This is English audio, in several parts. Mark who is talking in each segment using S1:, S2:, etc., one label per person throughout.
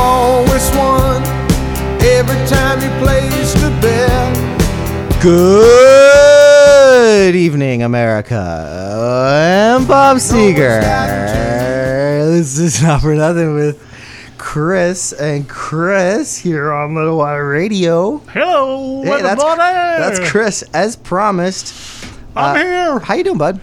S1: last one every time he plays the bell.
S2: Good evening, America. I'm Bob Seeger. This is not for nothing with Chris and Chris here on Little Water Radio.
S3: Hello,
S2: Hey,
S3: with
S2: that's,
S3: the
S2: that's Chris, as promised. Uh,
S3: I'm here.
S2: How you doing, bud?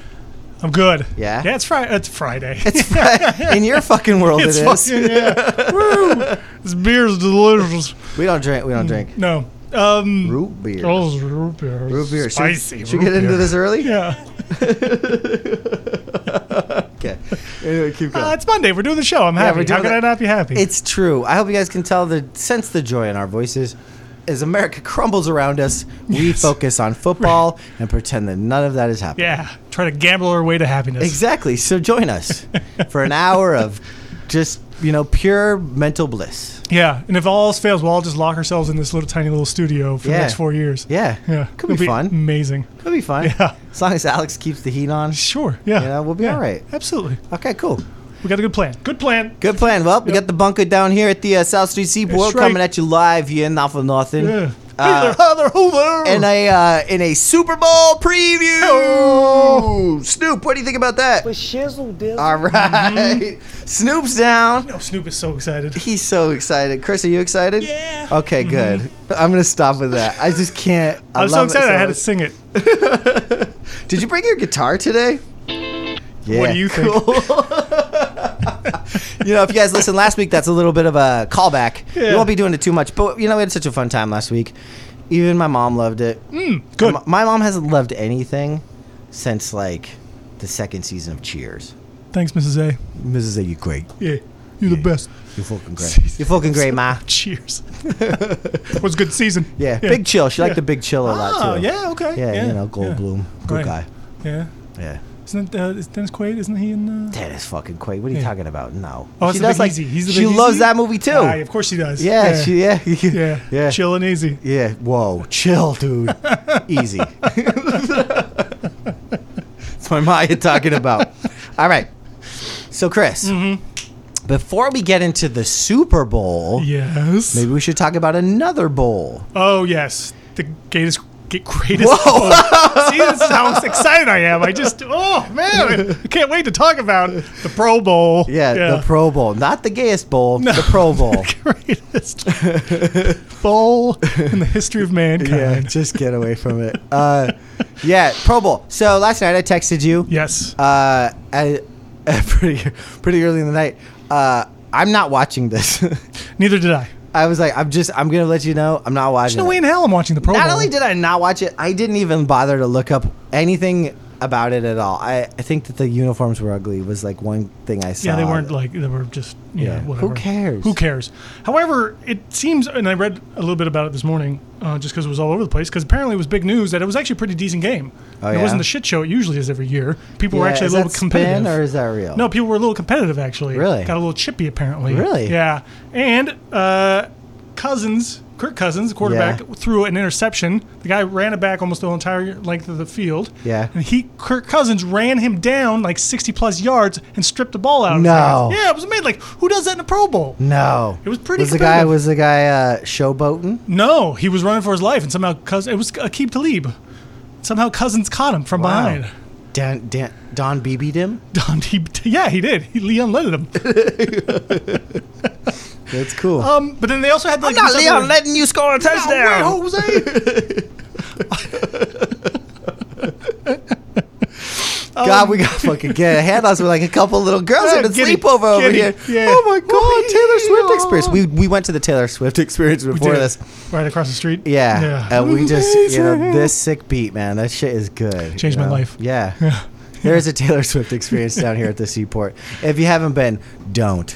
S3: I'm good.
S2: Yeah?
S3: Yeah, it's Friday. It's Friday.
S2: It's Fri- in your fucking world.
S3: It's
S2: it is.
S3: fucking yeah. Woo. This beer's delicious.
S2: We don't drink. We don't drink
S3: No. Um.
S2: root beer.
S3: Oh, it's root beer.
S2: root beer. Should-
S3: Spicy.
S2: Should,
S3: root
S2: we get into
S3: beer.
S2: this early?
S3: Yeah.
S2: Okay. Anyway, keep going.
S3: Uh, it's Monday. We're doing the show. I'm happy.
S2: we're doing
S3: How could
S2: it.
S3: I not be happy?
S2: It's true. I hope you guys can tell the sense the joy in our voices. As America crumbles around us, we
S3: Yes.
S2: focus on football and pretend that none of that is happening.
S3: yeah. Try to gamble our way to happiness.
S2: Exactly. So join us for an hour of just, you know, pure mental bliss.
S3: Yeah. And if all else fails, we'll all just lock ourselves in this little tiny little studio for
S2: Yeah.
S3: the next four years.
S2: Yeah.
S3: Yeah.
S2: Could be,
S3: It'll
S2: fun.
S3: Amazing.
S2: Could be fun.
S3: Yeah.
S2: As long as Alex keeps the heat on.
S3: Sure. Yeah.
S2: Yeah, we'll be all right.
S3: Absolutely.
S2: Okay, cool.
S3: We got a good plan. Good plan.
S2: Good plan. Well, we got the bunker down here at the uh, South Street Seaport
S3: That's right.
S2: coming at you live here in Not For Nothing.
S3: Yeah.
S2: Uh,
S3: Either Heather Hoover.
S2: in a uh, in a Super Bowl preview. Snoop, what do you think about that?
S4: Oh. Shizzle dizzle. Mm-hmm.
S2: All right. Snoop's down.
S3: Oh, Snoop is so excited.
S2: He's so excited. Chris, are you excited?
S3: Yeah.
S2: Okay, good.
S4: Mm-hmm.
S2: I'm gonna stop with that. I just can't. I
S3: I'm so
S2: love
S3: excited
S2: It
S3: I had to
S2: much.
S3: sing it.
S2: Did you bring your guitar today? Yeah.
S3: do you think?
S2: you know, if you guys listened last week, that's a little bit of a callback. We
S3: Yeah.
S2: won't be doing it too much, but you know, we had such a fun time last week. Even my mom loved it.
S3: Hmm, Good.
S2: My, my mom hasn't loved anything since like the second season of Cheers.
S3: Thanks, Mrs. A.
S2: Mrs. A, you great.
S3: Yeah. You're the best.
S2: You're fucking great. You're fucking great, ma.
S3: Cheers. was a good season.
S2: Yeah, Big Chill. She liked the Big Chill a
S3: Ah,
S2: lot too.
S3: yeah, okay.
S2: Yeah,
S3: yeah,
S2: you know, Goldblum, good
S3: Right.
S2: guy.
S3: Yeah.
S2: Yeah.
S3: Isn't it, uh, is Dennis Quaid? Isn't he in? Uh...
S2: Dennis fucking Quaid. What are you
S3: Yeah.
S2: talking about? No.
S3: Oh, it's the Big
S2: like
S3: Easy. He's the
S2: she
S3: Big Easy?
S2: loves that movie too.
S3: Aye, Ah, of course she does.
S2: yeah, she yeah
S3: yeah.
S2: yeah
S3: Chill and easy.
S2: yeah. Whoa, chill, dude. Easy. That's what Maya talking about. All right. So Chris,
S3: Mm-hmm.
S2: before we get into the Super Bowl,
S3: Yes.
S2: maybe we should talk about another bowl.
S3: Oh yes. The greatest. Get greatest. Whoa. See, this is how excited I am. I just. Oh man, I can't wait to talk about the Pro Bowl.
S2: Yeah, the Pro Bowl, not the gayest bowl, the Pro Bowl.
S3: greatest bowl in the history of
S2: Yeah,
S3: mankind.
S2: just get away from it. Uh, yeah, Pro Bowl. So last night I texted you.
S3: Yes.
S2: Uh, I, pretty pretty early in the night. Uh, I'm not watching this.
S3: Neither did I.
S2: I was like, I'm just, I'm gonna let you know, I'm not watching.
S3: There's no
S2: it.
S3: way in hell I'm watching the Pro
S2: Not
S3: Bowl.
S2: only did I not watch it, I didn't even bother to look up anything about it at all. I, I think that the uniforms were ugly was like one thing I saw.
S3: yeah, they weren't like they were just
S2: Yeah.
S3: yeah.
S2: Who
S3: whatever.
S2: cares?
S3: Who cares? However, it seems, and I read a little bit about it this morning, uh, just because it was all over the place. Because apparently it was big news that it was actually a pretty decent game.
S2: Oh,
S3: It
S2: yeah?
S3: wasn't the shit show it usually is every year. People were
S2: Yeah,
S3: actually
S2: is
S3: a little
S2: that
S3: competitive.
S2: Spin or is that real?
S3: No, people were a little competitive actually.
S2: Oh. Really?
S3: Got a little chippy apparently.
S2: Really?
S3: Yeah. And uh, Cousins, Kirk Cousins, the quarterback,
S2: Yeah.
S3: threw an interception. The guy ran it back almost the entire length of the field.
S2: Yeah.
S3: And he Kirk Cousins ran him down like 60 plus yards and stripped the ball out. of his
S2: No.
S3: hands. Yeah, it was amazing. Like who does that in a Pro Bowl?
S2: No.
S3: It was pretty
S2: Was the guy
S3: competitive.
S2: was the guy uh, showboating?
S3: No, he was running for his life and somehow Cousins. It was Akib Talib. Somehow Cousins caught him from
S2: Wow.
S3: behind.
S2: Dan, Dan, Don BB'd him.
S3: Don, he, yeah, he did. He Leon led him.
S2: That's cool.
S3: Um, but then they also had like
S2: not
S3: this other-
S2: Leon letting you score a touchdown.
S3: No way, Jose.
S2: God, we got fucking get ahead of us with like a couple little girls
S3: Yeah,
S2: at the
S3: giddy,
S2: sleepover
S3: giddy,
S2: over here.
S3: yeah.
S2: Oh my God, Taylor Swift
S3: Yeah.
S2: experience. We we went to the Taylor Swift experience before
S3: did.
S2: this.
S3: Right across the street.
S2: Yeah, and we just you know
S3: Amazing.
S2: this sick beat, man. That shit is good.
S3: Changed
S2: you
S3: my
S2: know?
S3: life.
S2: Yeah. There is a Taylor Swift experience down here at the seaport. If you haven't been, don't.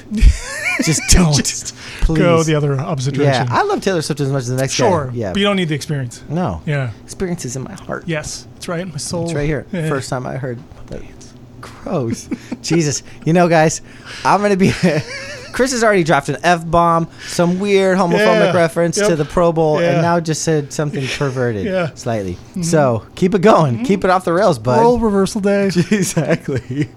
S2: Just don't.
S3: Just
S2: Please.
S3: go the other opposite
S2: yeah,
S3: direction.
S2: I love Taylor Swift as much as the next guy.
S3: sure.
S2: Yeah.
S3: But you don't need the experience.
S2: no.
S3: Yeah.
S2: Experience is in my heart.
S3: Yes, that's right. My soul.
S2: It's right here.
S3: Yeah.
S2: First time I heard. that. Gross. Jesus. You know, guys, I'm gonna be. Chris has already dropped an f bomb, some weird homophobic
S3: Yeah.
S2: reference to
S3: Yep.
S2: the Pro Bowl, and
S3: Yeah.
S2: now just said something perverted
S3: Yeah. Mm-hmm.
S2: slightly. So keep it going. Keep it off the rails, bud.
S3: Role reversal day.
S2: Exactly.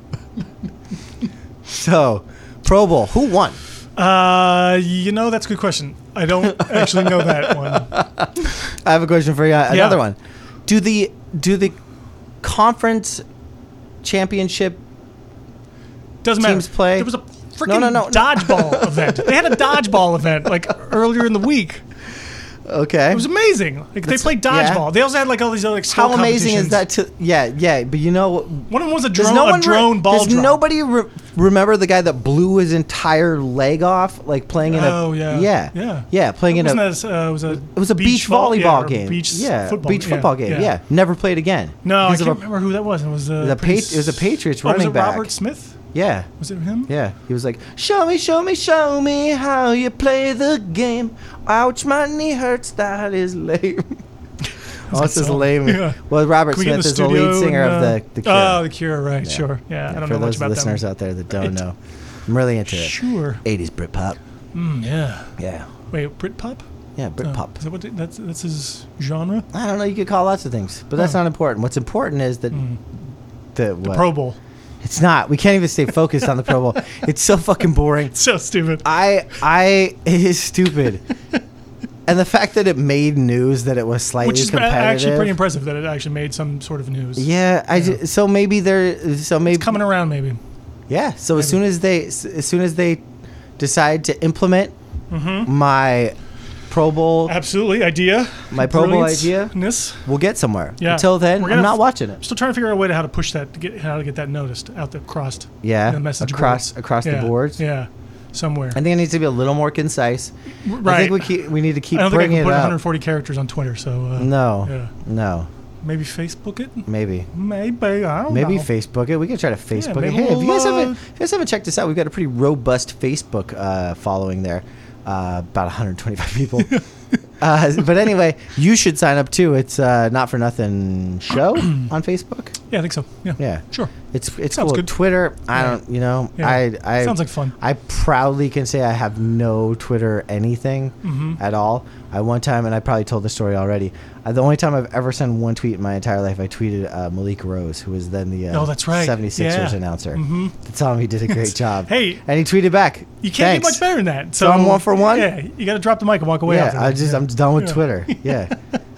S2: so, Pro Bowl. Who won?
S3: Uh, you know, that's a good question. I don't actually know that one.
S2: I have a question for you. uh, Another one. Do the do the conference championship?
S3: Doesn't
S2: Teams
S3: matter.
S2: play?
S3: There was a freaking
S2: No, no, no, no.
S3: dodgeball event. They had a dodgeball event like earlier in the week.
S2: Okay.
S3: It was amazing. Like they played
S2: yeah.
S3: dodgeball. They also had like all these other like, skill
S2: How amazing is
S3: competitions.
S2: that? To yeah, yeah. But you know, what?
S3: One of them was a
S2: does
S3: drone,
S2: no
S3: a
S2: one re-
S3: drone ball
S2: does
S3: drop.
S2: nobody re- remember the guy that blew his entire leg off, like playing in a
S3: Oh, yeah.
S2: yeah
S3: Yeah.
S2: yeah playing in a
S3: Wasn't that, uh, it was a
S2: it was a beach,
S3: vol- yeah,
S2: volleyball
S3: or
S2: game
S3: Beach
S2: yeah
S3: football,
S2: beach football game yeah. never played again
S3: No, I
S2: Because
S3: can't
S2: of a-
S3: remember who that was. It was uh,
S2: The
S3: pretty
S2: Pat- it was a
S3: s-
S2: Patriots
S3: oh, was
S2: running
S3: it
S2: back.
S3: Robert Smith.
S2: yeah
S3: Was it him?
S2: yeah he was like show me show me show me how you play the game ouch my knee hurts that is lame. Oh, this is
S3: song.
S2: lame.
S3: Yeah.
S2: Well, Robert
S3: Can we get in
S2: Smith is the
S3: studio
S2: lead singer
S3: and, uh,
S2: of the, the Cure.
S3: Oh, the Cure, right? Sure. Yeah, I don't
S2: for
S3: know much
S2: those
S3: about
S2: listeners
S3: that.
S2: out there that don't
S3: It-
S2: know, I'm really into
S3: one.
S2: it.
S3: Sure.
S2: 80s Britpop.
S3: Mm, yeah.
S2: Yeah.
S3: Wait, Britpop?
S2: Yeah,
S3: Oh,
S2: Britpop.
S3: Is that what that's that's his genre?
S2: I don't know. You could call lots of things, but that's
S3: Huh.
S2: not important. What's important is that that what?
S3: Oh. Mm. Pro Bowl.
S2: it's not. We can't even stay focused on the Pro Bowl. It's so fucking boring.
S3: So stupid.
S2: I I it is stupid, and the fact that it made news that it was slightly
S3: Which is ba-
S2: competitive.
S3: actually pretty impressive that it actually made some sort of news.
S2: yeah, I ju- so maybe they're so maybe
S3: It's coming around maybe.
S2: Yeah. So as soon as they as soon as they decide to implement
S3: Mm-hmm.
S2: my Pro Bowl,
S3: Absolutely, idea.
S2: My Pro Bowl
S3: Brilliance-
S2: idea?
S3: ness.
S2: we'll get somewhere.
S3: Yeah.
S2: Until then,
S3: We're
S2: I'm
S3: gonna
S2: not
S3: f-
S2: watching
S3: I'm
S2: it.
S3: still trying to figure out a way to how to push that to get how to get that noticed out the crossed.
S2: Yeah,
S3: the message
S2: across-
S3: boards.
S2: across the
S3: Yeah,
S2: boards.
S3: Yeah, somewhere.
S2: I think it needs to be a little more concise.
S3: right.
S2: I think we keep, we need to keep
S3: I don't think I
S2: bringing
S3: can
S2: it
S3: put
S2: up.
S3: 140 characters on Twitter, so uh,
S2: No,
S3: Yeah.
S2: no,
S3: maybe Facebook it.
S2: maybe.
S3: Maybe I don't
S2: Maybe
S3: know.
S2: Facebook it. We can try to Facebook it.
S3: maybe
S2: Hey, if you guys
S3: we'll,
S2: haven't,
S3: uh,
S2: if you guys haven't checked this out, we've got a pretty robust Facebook uh, following there, uh, about 125 people. uh, but anyway, you should sign up too. It's uh, not for nothing show on Facebook.
S3: Yeah, I think so. Yeah.
S2: Yeah.
S3: Sure.
S2: It's it's
S3: Sounds
S2: cool.
S3: good.
S2: Twitter, I
S3: Yeah.
S2: don't, you know,
S3: Yeah.
S2: I I
S3: Sounds like fun.
S2: I proudly can say I have no Twitter anything
S3: Mm-hmm.
S2: at all. I one time, and I probably told the story already. Uh, the only time I've ever sent one tweet in my entire life, I tweeted uh, Malik Rose, who was then the uh,
S3: Oh, that's right.
S2: 76ers
S3: Yeah. Mm-hmm.
S2: announcer. To tell him he did a great job.
S3: Hey.
S2: and he tweeted back.
S3: You
S2: Thanks.
S3: can't get much better than that. So,
S2: I'm one for one?
S3: Yeah, you got to drop the mic and walk away. after
S2: Yeah, I
S3: that.
S2: just
S3: Yeah.
S2: I'm done with
S3: Yeah.
S2: Twitter. Yeah.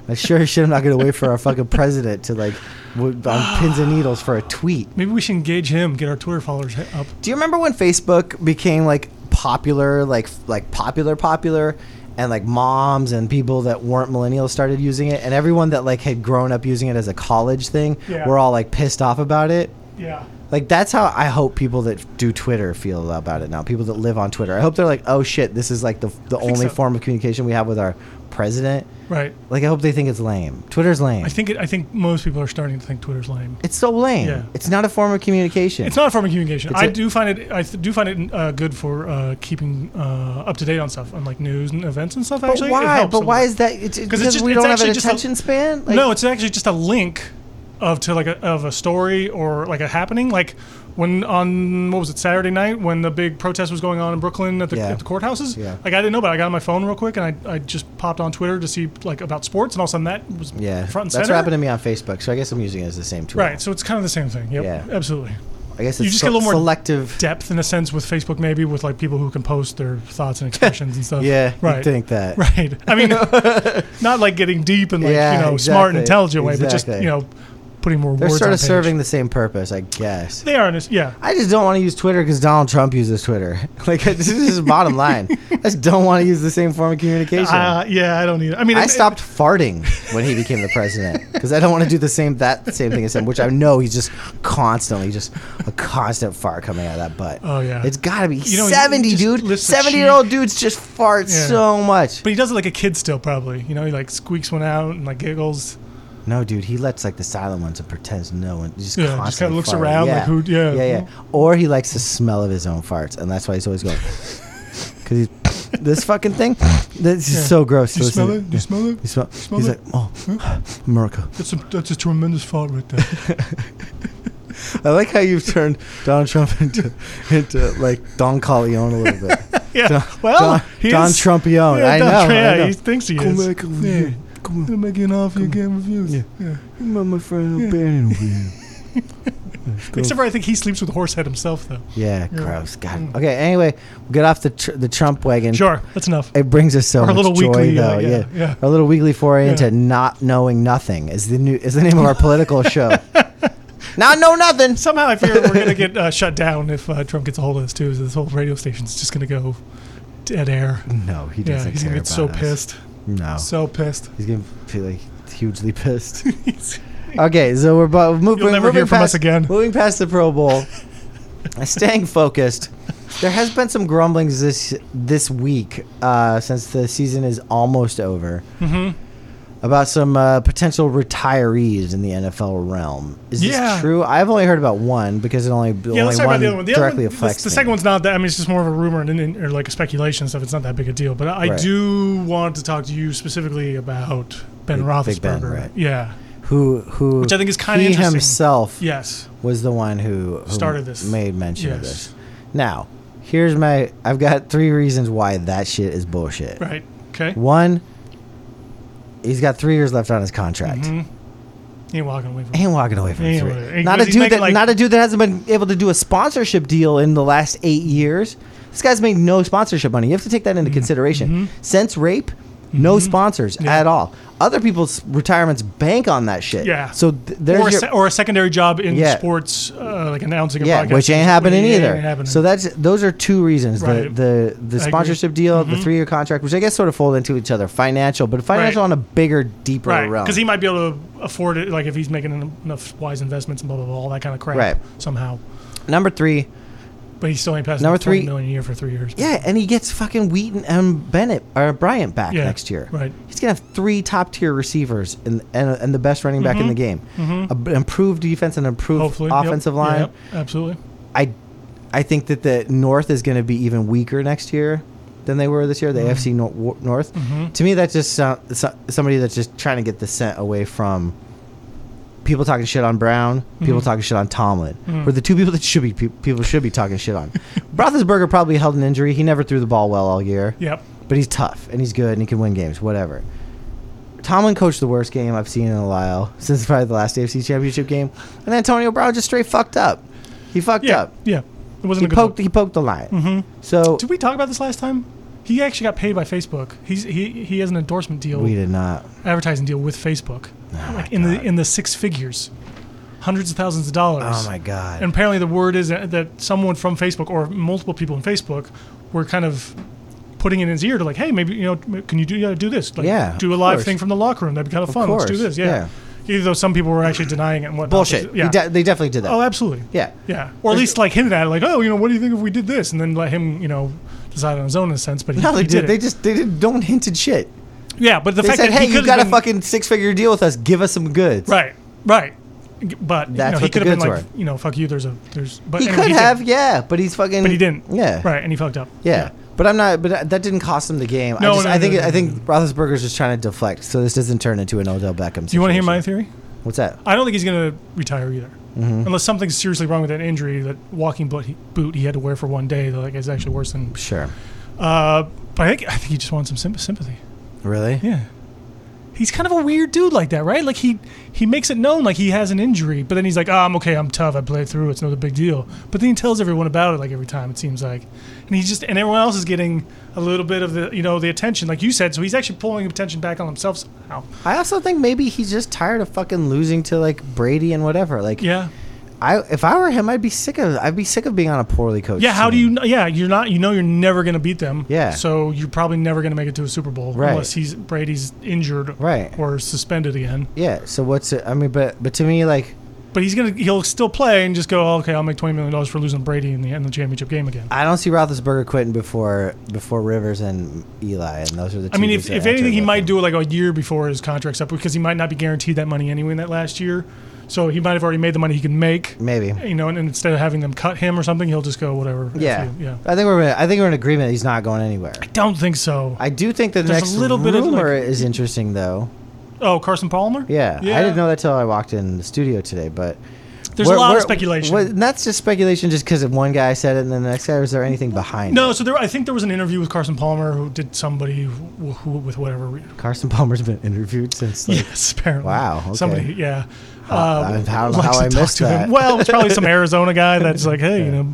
S2: I sure as shit, I'm not going to wait for our fucking president to like w- on pins and needles for a tweet.
S3: Maybe we should engage him, get our Twitter followers he- up.
S2: Do you remember when Facebook became like popular, like like popular, popular, and like moms and people that weren't millennials started using it, and everyone that like had grown up using it as a college thing
S3: Yeah.
S2: were all like pissed off about it.
S3: Yeah.
S2: Like that's how I hope people that do Twitter feel about it now. People that live on Twitter, I hope they're like, oh shit, this is like the the
S3: think
S2: only
S3: so.
S2: form of communication we have with our president.
S3: Right.
S2: Like I hope they think it's lame. Twitter's lame.
S3: I think it, I think most people are starting to think Twitter's lame.
S2: it's so lame.
S3: Yeah.
S2: It's not a form of communication.
S3: It's not a form of communication.
S2: It's
S3: I
S2: a-
S3: do find it. I th- do find it uh, good for uh, keeping uh, up to date on stuff, on like news and events and stuff.
S2: but
S3: actually, It
S2: why?
S3: helps a
S2: But
S3: little
S2: why
S3: bit.
S2: is that? It's, because
S3: just-
S2: we
S3: it's
S2: don't have an
S3: actually just a-
S2: attention span. Like,
S3: no, it's actually just a link of to like a, of a story or like a happening. Like when on what was it Saturday night when the big protest was going on in Brooklyn at the,
S2: Yeah.
S3: at the courthouses.
S2: Yeah.
S3: Like I didn't know about. it. I got on my phone real quick and I, I just popped on Twitter to see like about sports and all of a sudden that was
S2: Yeah,
S3: front and
S2: that's
S3: center.
S2: what happened to me on Facebook. So I guess I'm using it as the same tool.
S3: Right, so it's kind of the same thing. Yep,
S2: Yeah.
S3: absolutely.
S2: I guess it's
S3: You just get a
S2: se-
S3: little more
S2: selective.
S3: Depth in a sense with Facebook, maybe with like people who can post their thoughts and expressions and stuff.
S2: yeah,
S3: right.
S2: you think that.
S3: Right. I mean, not like getting deep and like
S2: Yeah,
S3: you know smart
S2: exactly,
S3: and intelligent way, but just
S2: exactly.
S3: you know putting more
S2: They're
S3: words.
S2: sort
S3: on
S2: of
S3: page.
S2: serving the same purpose, I guess.
S3: They are. in this- Yeah.
S2: I just don't want to use Twitter because Donald Trump uses Twitter. Like this is the bottom line. I just don't want to use the same form of communication.
S3: Uh, yeah. I don't either. I mean,
S2: I
S3: it-
S2: stopped farting when he became the president because I don't want to do the same that same thing as him, which I know he's just constantly just a constant fart coming out of that butt.
S3: Oh, yeah.
S2: it's got to be
S3: You know, he
S2: seventy,
S3: just
S2: dude.
S3: lifts the
S2: Seventy year old dudes just fart
S3: Yeah.
S2: so much.
S3: But he does it like a kid still, probably. You know, he like squeaks one out and like giggles.
S2: No, dude, he lets like the silent ones and pretends no one. Just
S3: Yeah, just
S2: constantly
S3: kinda looks
S2: farting.
S3: around, like, who- yeah.
S2: yeah, yeah. Or he likes the smell of his own farts, and that's why he's always going. Because he's this fucking thing. This is
S3: Yeah.
S2: Oh, so gross.
S3: Do you
S2: to listen to.
S3: smell it? Do you smell it?
S2: He smell,
S3: Smell
S2: he's
S3: it?
S2: like, oh, America.
S3: That's a that's a tremendous fart right there.
S2: I like how you've turned Donald Trump into into like Don Corleone a little bit.
S3: yeah.
S2: Don,
S3: well,
S2: Don,
S3: Oh, he
S2: Don
S3: is-
S2: Trumpione.
S3: Yeah,
S2: I,
S3: Don
S2: know,
S3: Trump,
S2: I
S3: yeah,
S2: know.
S3: he thinks he
S2: Come
S3: is.
S2: back over
S3: yeah.
S2: here. Come on.
S3: They're making off your game reviews.
S2: Yeah.
S3: Yeah.
S2: You know my friend O'Bannon over here.
S3: Except for I think he sleeps with Horsehead himself, though.
S2: Yeah, gross. God. Okay. Anyway, we'll get off the tr- the Trump wagon.
S3: Sure, that's enough.
S2: It brings us so
S3: Our
S2: much
S3: little
S2: joy,
S3: weekly,
S2: though.
S3: uh, yeah,
S2: yeah,
S3: yeah.
S2: Our little weekly foray
S3: Yeah.
S2: into not knowing nothing is the new is the name of our political show. not know nothing.
S3: Somehow I fear we're going to get uh, shut down if uh, Trump gets a hold of this, too. So this whole radio station's just going to go dead air.
S2: No, he
S3: Yeah,
S2: doesn't
S3: he's
S2: care
S3: going to get so
S2: about us. Oh.
S3: pissed.
S2: No,
S3: So pissed.
S2: he's gonna feel like hugely pissed. okay, so we're about moving.
S3: You'll never
S2: moving
S3: hear from
S2: past,
S3: us again.
S2: Moving past the Pro Bowl, staying focused. There has been some grumblings this this week uh, since the season is almost over
S3: Mm-hmm.
S2: about some uh, potential retirees in the NFL realm. Is
S3: Yeah.
S2: this true? I've only heard about one because it only
S3: Yeah,
S2: only
S3: let's talk
S2: one
S3: about the other one. The, other
S2: directly
S3: one, the-
S2: affects
S3: the
S2: me.
S3: second one's not that. I mean, it's just more of a rumor and, and or like a speculation and stuff. It's not that big a deal. But I, I
S2: Right.
S3: do want to talk to you specifically about Ben Roethlisberger.
S2: Big Ben, right.
S3: Yeah.
S2: who who
S3: Which I think is kinda
S2: he
S3: interesting.
S2: himself
S3: Yes.
S2: was the one who, who
S3: Started this.
S2: made mention of
S3: Yes.
S2: this. Now, here's my I've got three reasons why that shit is bullshit.
S3: Right. Okay.
S2: One, he's got three years left on his contract.
S3: He ain't walking away from.
S2: He ain't walking away from
S3: Mm-hmm. He ain't
S2: three.
S3: walking away.
S2: Not a
S3: Because he's
S2: dude
S3: making,
S2: that
S3: like-
S2: not a dude that hasn't been able to do a sponsorship deal in the last eight years. This guy's made no sponsorship money. You have to take that into
S3: Mm-hmm.
S2: consideration. Since rape, no sponsors
S3: Yeah.
S2: at all. Other people's retirements bank on that shit.
S3: Yeah.
S2: So th- there's
S3: Or a,
S2: your,
S3: se- or a secondary job in
S2: Yeah.
S3: sports, uh, like announcing a
S2: yeah,
S3: podcast.
S2: which ain't happening
S3: Yeah, it
S2: either.
S3: ain't happening.
S2: So that's those are two reasons:
S3: Right.
S2: the the the
S3: agree. Mm-hmm.
S2: sponsorship deal, the three year contract, which I guess sort of fold into each other, financial, but financial
S3: Right.
S2: on a bigger, deeper
S3: right
S2: realm.
S3: because he might be able to afford it, like if he's making en- enough wise investments and blah blah blah, all that kind of crap.
S2: Right.
S3: Somehow,
S2: Number three,
S3: but he still ain't passing
S2: Number
S3: the 20
S2: three-
S3: million a year for three years.
S2: yeah, and he gets fucking Wheaton and Bennett or Bryant back
S3: Yeah,
S2: next year.
S3: right.
S2: he's gonna have three top tier receivers and, and and the best running back in the game, A b- improved defense and improved
S3: Mm-hmm. Hopefully, Yep.
S2: offensive line.
S3: Yep, absolutely.
S2: I I think that the North is going to be even weaker next year than they were this year. The AFC Nor- wo- North. To me, that just sound, so, somebody that's just trying to get the scent away from people talking shit on Brown, people talking shit on Tomlin, were the two people that should be pe- people should be talking shit on. Roethlisberger probably held an injury. He never threw the ball well all year.
S3: Yep.
S2: But he's tough and he's good and he can win games, whatever. Tomlin coached the worst game I've seen in a while since probably the last AFC Championship game, and Antonio Brown just straight fucked up. He fucked
S3: Yeah.
S2: up.
S3: Yeah. It wasn't
S2: He
S3: a good
S2: poked.
S3: look.
S2: He poked the lion. Mm-hmm. So
S3: Did we talk about this last time? He actually got paid by Facebook. He's he he has an endorsement deal,
S2: we did not.
S3: advertising deal with Facebook,
S2: my
S3: like in the
S2: God.
S3: in the six figures, hundreds of thousands of dollars.
S2: Oh my god.
S3: And apparently, the word is that that someone from Facebook or multiple people in Facebook were kind of putting it in his ear to like, hey, maybe you know, can you do yeah, do this? Like,
S2: Yeah,
S3: do a
S2: of
S3: live
S2: course.
S3: thing from the locker room. That'd be kind of fun. Let's do
S2: course,
S3: this. Yeah. Even though some people were actually denying it and whatnot.
S2: Bullshit.
S3: Yeah.
S2: He de- they definitely did that.
S3: oh, absolutely.
S2: yeah.
S3: Yeah, or at least like hinted at it, like, oh, you know, what do you think if we did this, and then let him, you know, decide on his own in a sense. But he,
S2: No, they
S3: he did.
S2: did. They
S3: it.
S2: just they did, don't hint at shit.
S3: yeah, but the
S2: They
S3: fact
S2: said,
S3: that
S2: "Hey,
S3: he
S2: you
S3: could've
S2: got a
S3: been-
S2: fucking six figure deal with us. Give us some goods."
S3: right, right. G-
S2: That's
S3: But you know, he
S2: what the
S3: could have been
S2: goods
S3: like, you know, fuck you. There's a there's. But
S2: He
S3: anyway,
S2: could
S3: did.
S2: have, yeah, but he's fucking.
S3: but he didn't.
S2: Yeah.
S3: right, and he fucked up.
S2: Yeah. But I'm not. But that didn't cost him the game. I,
S3: No,
S2: just,
S3: no,
S2: I think.
S3: no, no,
S2: I think Roethlisberger's just trying to deflect, so this doesn't turn into an Odell Beckham.
S3: Do you want to hear my theory?
S2: What's that?
S3: I don't think he's going to retire either, unless something's seriously wrong with that injury. That walking boot he, boot he had to wear for one day, that like is actually worse than.
S2: Sure.
S3: Uh, but I think I think he just wants some symp- sympathy.
S2: Really?
S3: Yeah. He's kind of a weird dude like that, right? Like he he makes it known like he has an injury, but then he's like, "Oh, I'm okay. I'm tough. I played through. It's not a big deal." But then he tells everyone about it like every time it seems like. And he's just and everyone else is getting a little bit of the, you know, the attention like you said. So he's actually pulling attention back on himself somehow.
S2: I also think maybe he's just tired of fucking losing to like Brady and whatever. Like,
S3: Yeah.
S2: I if I were him, I'd be sick of. I'd be sick of being on a poorly coached.
S3: Yeah, how do
S2: team.
S3: you kn- yeah, you're not you know you're never going to beat them.
S2: Yeah.
S3: So you're probably never going to make it to a Super Bowl
S2: Right.
S3: unless he's Brady's injured
S2: Right.
S3: or suspended again.
S2: Yeah. So what's it? I mean, but but to me, like,
S3: But he's gonna he'll still play and just go, oh, okay, I'll make twenty million dollars for losing Brady in the in the championship game again.
S2: I don't see Roethlisberger quitting before before Rivers and Eli, and those are the. Two
S3: I mean,
S2: dudes
S3: if,
S2: that
S3: if
S2: enter
S3: anything, he
S2: with him.
S3: might do it like a year before his contract's up because he might not be guaranteed that money anyway in that last year. So he might have already made the money he can make,
S2: Maybe.
S3: you know. And, and instead of having them cut him or something, he'll just go whatever. F
S2: Yeah.
S3: you, yeah.
S2: I think we're. I think we're in agreement. He's not going anywhere.
S3: Don't think so.
S2: I do think the
S3: There's a
S2: next
S3: little bit of,
S2: rumor
S3: like-
S2: is interesting, though.
S3: oh, Carson Palmer.
S2: Yeah,
S3: yeah.
S2: I didn't know that till I walked in the studio today. But
S3: There's
S2: Where-
S3: a lot
S2: where-
S3: of speculation.
S2: what- and that's just speculation, just because one guy said it, and then the next guy. Was there anything behind?
S3: no, so there. I think there was an interview with Carson Palmer who did somebody who, who with whatever. Re-
S2: it? Carson Palmer's been interviewed since. Like,
S3: yes, apparently.
S2: Wow, okay.
S3: Somebody, yeah.
S2: I- how-
S3: likes
S2: how
S3: to
S2: I
S3: talk
S2: missed
S3: to him.
S2: that.
S3: Well, it's probably some Arizona guy that's like, hey, you know.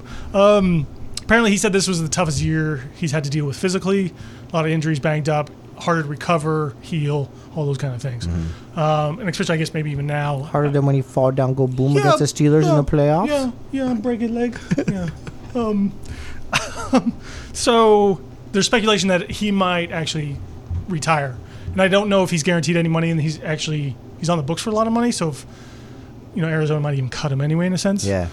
S3: Um, apparently, he said this was the toughest year he's had to deal with physically. A lot of injuries, banged up, harder to recover, heal, all those kind of things.
S2: Mm-hmm.
S3: Um, and especially, I guess, maybe even now.
S2: Harder than when you fall down, go boom
S3: Yeah,
S2: against the Steelers
S3: yeah,
S2: in the playoffs.
S3: Yeah, yeah, break a leg. Yeah. um, so there's speculation that he might actually retire, and I don't know if he's guaranteed any money, and he's actually he's on the books for a lot of money. So if you know Arizona might even cut him anyway, in a sense.
S2: Yeah.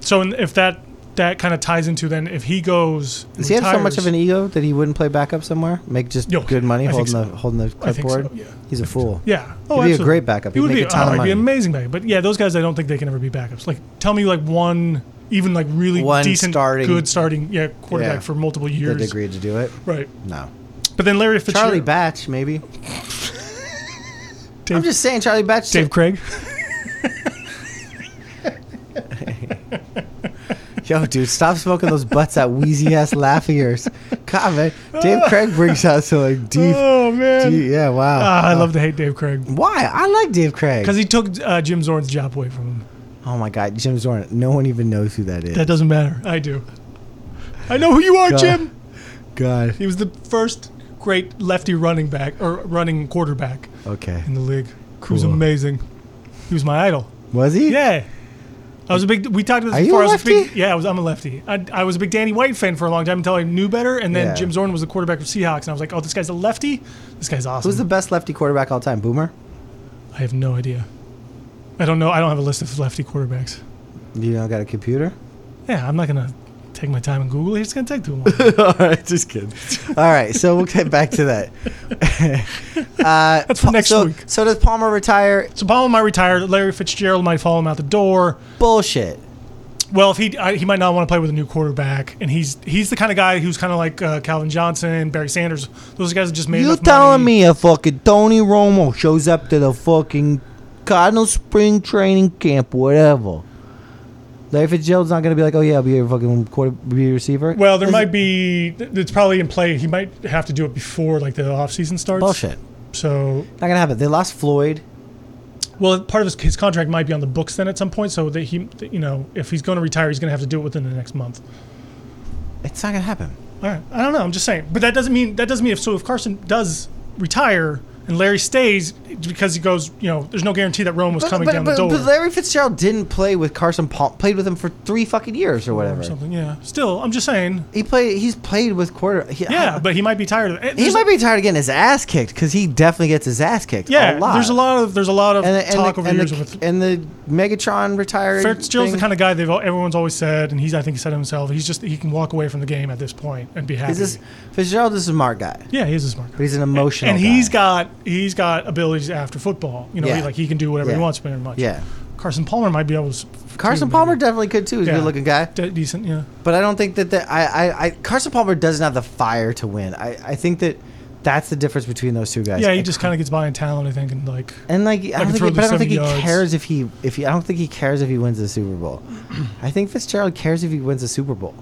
S3: So in- if that that kind of ties into then if he goes,
S2: Does he have so much of an ego that he wouldn't play backup somewhere? Make just
S3: Yo,
S2: good money
S3: I think
S2: holding
S3: so.
S2: the holding the
S3: I think so,
S2: clipboard.
S3: yeah.
S2: He's a fool.
S3: Yeah.
S2: He'd
S3: Oh,
S2: be a
S3: absolutely.
S2: great backup.
S3: He
S2: He'd
S3: would
S2: make
S3: be,
S2: a ton
S3: oh,
S2: of
S3: he'd be
S2: money.
S3: amazing backup. But yeah, those guys, I don't think they can ever be backups. Like, tell me, like one, even like really
S2: One
S3: decent,
S2: starting-
S3: good starting, yeah, quarterback
S2: Yeah.
S3: for multiple
S2: That
S3: years.
S2: agreed to do it.
S3: Right.
S2: No.
S3: But then Larry Fitzgerald,
S2: Charlie Batch, maybe.
S3: Dave-
S2: I'm just saying, Charlie Batch.
S3: Dave Craig.
S2: Yo, dude, stop smoking those butts that wheezy ass laugh of yours. God, man. Dave Craig brings out some like deep.
S3: oh man,
S2: deep yeah, wow.
S3: Ah, I love to hate Dave Craig
S2: Why? I like Dave Craig.
S3: because he took uh, Jim Zorn's job away from him.
S2: oh my God, Jim Zorn. No one even knows who that is.
S3: That doesn't matter. I do. I know who you are,
S2: God.
S3: Jim.
S2: God.
S3: He was the first great lefty running back or running quarterback
S2: Okay.
S3: in the league. He was
S2: Cool.
S3: amazing. He was my idol.
S2: Was he?
S3: Yeah. I was a big. We talked about this
S2: Are you
S3: before.
S2: a
S3: I was big.
S2: lefty?
S3: Yeah, I was. I'm a lefty. I, I was a big Danny White fan for a long time until I knew better, and then
S2: Yeah.
S3: Jim Zorn was the quarterback of Seahawks, and I was like, "Oh, this guy's a lefty. This guy's awesome."
S2: Who's the best lefty quarterback all time? Boomer?
S3: I have no idea. I don't know. I don't have a list of lefty quarterbacks.
S2: You don't got a computer?
S3: Yeah, I'm not gonna take my time and Google. it. It's gonna take too long.
S2: all right, just kidding. All right, so we'll get back to that. uh,
S3: That's for
S2: Pa-
S3: next
S2: so,
S3: week.
S2: So does Palmer retire?
S3: so Palmer might retire. Larry Fitzgerald might follow him out the door.
S2: Bullshit.
S3: Well, if he I, he might not want to play with a new quarterback, and he's he's the kind of guy who's kind of like uh, Calvin Johnson, Barry Sanders. Those guys that just made.
S2: You
S3: enough
S2: telling
S3: money.
S2: me a fucking Tony Romo shows up to the fucking Cardinal spring training camp, whatever? Larry Fitzgerald's not gonna be like, oh yeah, I'll be a fucking quarter, be a receiver.
S3: Well, there
S2: Is
S3: might
S2: it-
S3: be. th- It's probably in play. He might have to do it before like the offseason starts.
S2: bullshit.
S3: So,
S2: Not gonna happen. They lost Floyd.
S3: well, part of his, his contract might be on the books then at some point. So that he, that, you know, if he's going to retire, he's going to have to do it within the next month.
S2: It's not gonna happen.
S3: All right. I don't know. I'm just saying. But that doesn't mean that doesn't mean if so if Carson does retire and Larry stays because he goes, you know, there's no guarantee that Rome was coming down
S2: but,
S3: the door.
S2: but Larry Fitzgerald didn't play with Carson Palmer. Played with him for three fucking years or
S3: or
S2: whatever.
S3: something. Yeah. Still, I'm just saying.
S2: He played. He's played with quarter. He,
S3: Yeah, but he might be tired of it.
S2: he
S3: There's-
S2: might be tired of getting his ass kicked because he definitely gets his ass kicked. a
S3: Yeah,
S2: lot.
S3: there's a lot of there's a lot of
S2: And the, and
S3: talk
S2: the,
S3: over
S2: and
S3: years
S2: the,
S3: with
S2: and the Megatron retired.
S3: Fitzgerald's the
S2: thing.
S3: kind of guy they've all, everyone's always said, and he's I think he said it himself. He's just he can walk away from the game at this point and be happy.
S2: Is this Fitzgerald is a smart guy,
S3: yeah, he's a smart guy.
S2: but he's an emotional.
S3: and
S2: guy.
S3: he's got he's got abilities after football. You know,
S2: Yeah.
S3: he, like he can do whatever
S2: Yeah.
S3: he wants, pretty much.
S2: yeah.
S3: Carson Palmer might be able to.
S2: Carson
S3: too,
S2: Palmer
S3: maybe.
S2: definitely could too. He's a
S3: Yeah.
S2: good looking guy,
S3: De- decent, yeah.
S2: but I don't think that that I, I I Carson Palmer doesn't have the fire to win. I I think that that's the difference between those two guys.
S3: Yeah, he
S2: I
S3: just kind of gets by in talent, I think, and like
S2: And like, I
S3: can
S2: don't think,
S3: throw
S2: he,
S3: the
S2: but I don't think he
S3: 70 yards.
S2: cares if he if he, I don't think he cares if he wins the Super Bowl. I think Fitzgerald cares if he wins the Super Bowl.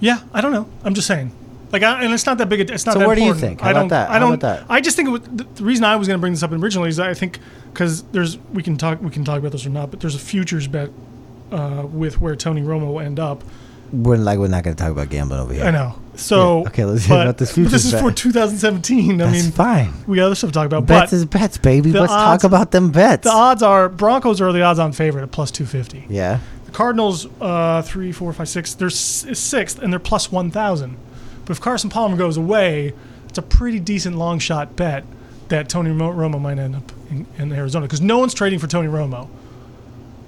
S3: Yeah, I don't know. I'm just saying. Like, I, and it's not that big. a- It's not
S2: So
S3: that
S2: what do you
S3: important.
S2: think? How
S3: I
S2: about
S3: don't.
S2: that?
S3: I
S2: How
S3: don't.
S2: about that?
S3: I just think it was, the, the reason I was going to bring this up originally is I think because there's we can talk we can talk about this or not, but there's a futures bet uh, with where Tony Romo will end up.
S2: We're like we're not going to talk about gambling over here.
S3: I know. So
S2: Yeah, okay, let's hear
S3: but-
S2: about this
S3: but
S2: futures
S3: This is for
S2: bet.
S3: 2017. I
S2: That's
S3: mean,
S2: fine.
S3: we got other stuff to talk about,
S2: Bets
S3: but
S2: is bets, baby.
S3: the
S2: Let's
S3: odds-
S2: talk about them bets.
S3: the odds are Broncos are the odds-on favorite at plus 250.
S2: yeah.
S3: The Cardinals, uh, three, four, five, six. They're s- sixth, and they're plus one thousand. But if Carson Palmer goes away, it's a pretty decent long shot bet that Tony Romo, Romo might end up in, in Arizona because no one's trading for Tony Romo,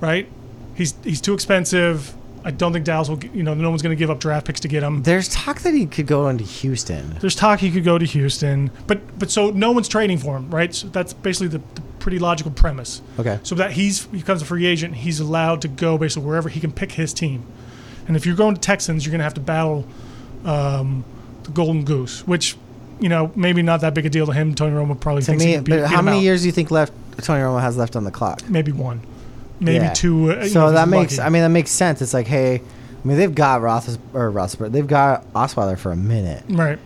S3: right? He's he's too expensive. I don't think Dallas will. g- You know, no one's going to give up draft picks to get him.
S2: There's talk that he could go into Houston.
S3: There's talk he could go to Houston, but but so no one's trading for him, right? So that's basically the, the pretty logical premise.
S2: Okay.
S3: So that he's he becomes a free agent, he's allowed to go basically wherever he can pick his team. And if you're going to Texans, you're going to have to battle um, the Golden Goose, which you know maybe not that big a deal to him. Tony Romo probably
S2: To
S3: thinks he
S2: me,
S3: can beat,
S2: but
S3: beat
S2: how
S3: him
S2: many
S3: out.
S2: years do you think left Tony Romo has left on the clock?
S3: Maybe one. maybe
S2: Yeah.
S3: two. Uh, you know,
S2: So
S3: if
S2: that
S3: he's
S2: makes.
S3: lucky.
S2: I mean, that makes sense. It's like, hey, I mean, they've got Roths or Rothsberg. They've got Osweiler for a minute.
S3: right.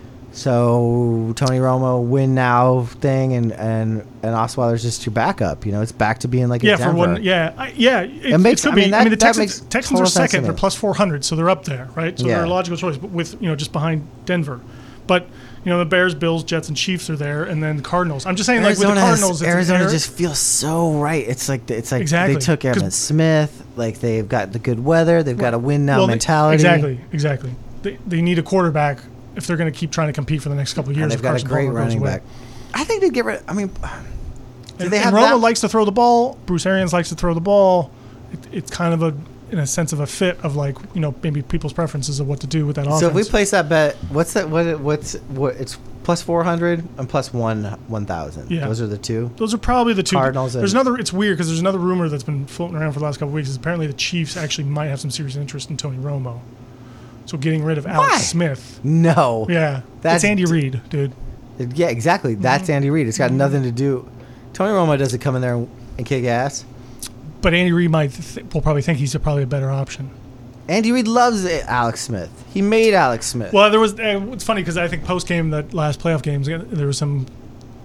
S2: So Tony Romo win now thing, and and and Osweiler's just your backup. You know, it's back to being like
S3: Yeah,
S2: a Denver.
S3: for one. Yeah, I, yeah. It, it
S2: makes-
S3: could
S2: I
S3: be.
S2: mean,
S3: I
S2: that-
S3: mean, the
S2: that makes
S3: Texans, Texans are
S2: total sense to
S3: second. They're
S2: me.
S3: plus four hundred, so they're up there, right? So they're a
S2: Yeah.
S3: logical choice, but with you know just behind Denver, but you know the Bears, Bills, Jets, and Chiefs are there, and then the Cardinals. I'm just saying, like with
S2: Arizona,
S3: the
S2: has-
S3: Cardinals, it's
S2: Arizona
S3: there.
S2: just feels so right. It's like it's like
S3: Exactly.
S2: they took
S3: 'Cause-
S2: Evan Smith. Like they've got the good weather. They've got a win now
S3: Well, they-
S2: mentality.
S3: Exactly, exactly. They, they need a quarterback if they're going to keep trying to compete for the next couple of years.
S2: And they've
S3: if
S2: got a
S3: Carson
S2: great
S3: Palmer goes
S2: running
S3: away.
S2: back. I think they get rid. I mean, do
S3: And,
S2: they have
S3: and Romo
S2: that?
S3: likes to throw the ball. Bruce Arians likes to throw the ball. It, it's kind of a in a sense of a fit of like you know maybe people's preferences of what to do with that offense.
S2: So if we place that bet, what's that? What what's what? It's plus four hundred and plus one one thousand.
S3: Yeah.
S2: those are the two.
S3: Those are probably the two.
S2: Cardinals
S3: There's
S2: and-
S3: another. It's weird because there's another rumor that's been floating around for the last couple of weeks. Is apparently the Chiefs actually might have some serious interest in Tony Romo. So getting rid of Alex
S2: Why?
S3: Smith.
S2: No.
S3: Yeah, that's
S2: That's-
S3: Andy Reid, dude.
S2: Yeah, exactly.
S3: Mm.
S2: That's Andy Reid. It's got nothing to do. Tony Romo doesn't come in there and, and kick ass.
S3: But Andy Reid might th- will probably think he's probably a better option.
S2: Andy Reid loves it, Alex Smith. He made Alex Smith.
S3: Well, there was. Uh, it's funny because I think post game that last playoff games uh, there was some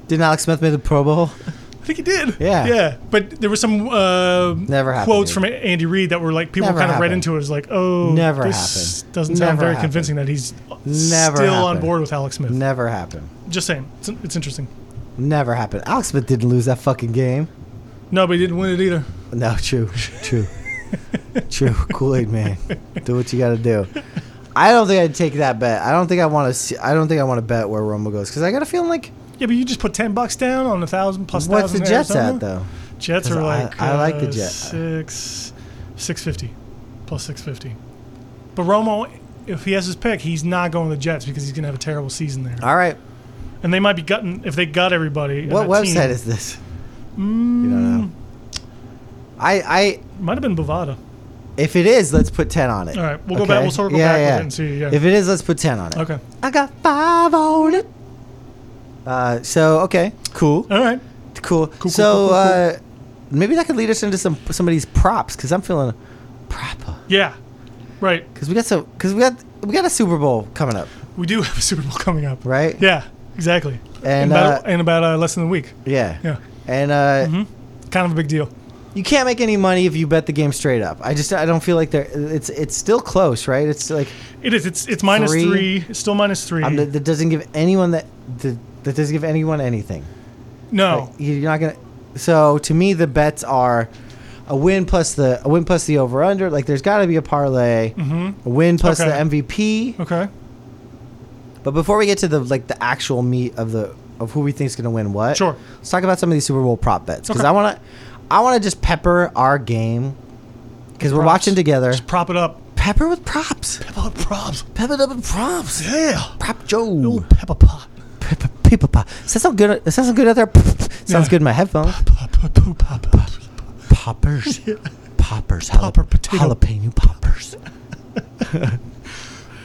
S2: Didn't Alex Smith make the Pro Bowl?
S3: I think he did.
S2: Yeah.
S3: Yeah. But there were some uh,
S2: Never happened,
S3: quotes
S2: dude.
S3: from Andy Reid that were like people
S2: Never
S3: kind of read
S2: happened.
S3: into it as like, oh,
S2: Never
S3: this
S2: happened.
S3: doesn't sound
S2: Never
S3: very
S2: happened.
S3: convincing that he's
S2: Never
S3: still on
S2: happened.
S3: board with Alex Smith.
S2: Never happened.
S3: Just saying. It's, it's interesting.
S2: Never happened. Alex Smith didn't lose that fucking game.
S3: No, but he didn't win it either.
S2: No, true, true, true. Kool Aid man, do what you got to do. I don't think I'd take that bet. I don't think I want to. See, I don't think I want to bet where Romo goes because I got a feeling like
S3: Yeah, but you just put 10 bucks down on a thousand plus
S2: what's the
S3: thousand in
S2: Jets at
S3: Arizona?
S2: though?
S3: Jets
S2: 'Cause
S3: are
S2: I-
S3: like,
S2: I like the
S3: uh,
S2: Jet-
S3: Six, 650 plus 650. But Romo, if he has his pick, he's not going to the Jets because he's going to have a terrible season there.
S2: All right,
S3: And they might be gutting if they gut everybody. on
S2: Uh, what
S3: that team- Mm,
S2: website is this? You don't know. I I
S3: Might have been Bovada.
S2: if it is, let's put ten on it.
S3: All right, we'll go back- we'll circle back with it and see, yeah.
S2: If it is, let's put ten on it.
S3: Okay.
S2: I got five on it. Uh, so okay, cool.
S3: All right.
S2: Cool.
S3: Uh, cool,
S2: so
S3: cool, cool,
S2: Uh, maybe that could lead us into some some of these props because I'm feeling proper
S3: Yeah. Right.
S2: because we got some because we got we got a Super Bowl coming up,
S3: We do have a Super Bowl coming up.
S2: right?
S3: Yeah. Exactly.
S2: And,
S3: in about,
S2: uh,
S3: in about uh, less than a week.
S2: Yeah.
S3: Yeah. Mm-hmm.
S2: And uh,
S3: Kind of a big deal.
S2: you can't make any money if you bet the game straight up. I just I don't feel like there. It's it's still close, right? It's like
S3: It is. It's it's minus
S2: Three.
S3: three. It's still minus three.
S2: I'm, that doesn't give anyone that that that doesn't give anyone anything.
S3: no.
S2: You're not gonna. So to me, the bets are a win plus the a win plus the over under. Like there's got to be a parlay, a win plus
S3: Okay.
S2: the MVP.
S3: Mm-hmm. Okay.
S2: But before we get to the like the actual meat of the of who we think is going to win what,
S3: Sure.
S2: Let's talk about some of these Super Bowl prop bets because
S3: Okay.
S2: I want to I want to just pepper our game because we're
S3: Props.
S2: watching together.
S3: Just prop it up.
S2: pepper with props.
S3: Pepper props.
S2: Pepper up with props.
S3: Yeah.
S2: Prop
S3: Ooh,
S2: Joe.
S3: pepper pot.
S2: Pepper Pepper pop. Does that sound good? Does that sound good out there? Sounds
S3: Yeah.
S2: good in my headphones.
S3: Pop, pop, pop, pop, pop.
S2: Poppers. Poppers. Jala-
S3: Popper potato.
S2: Jalapeno poppers.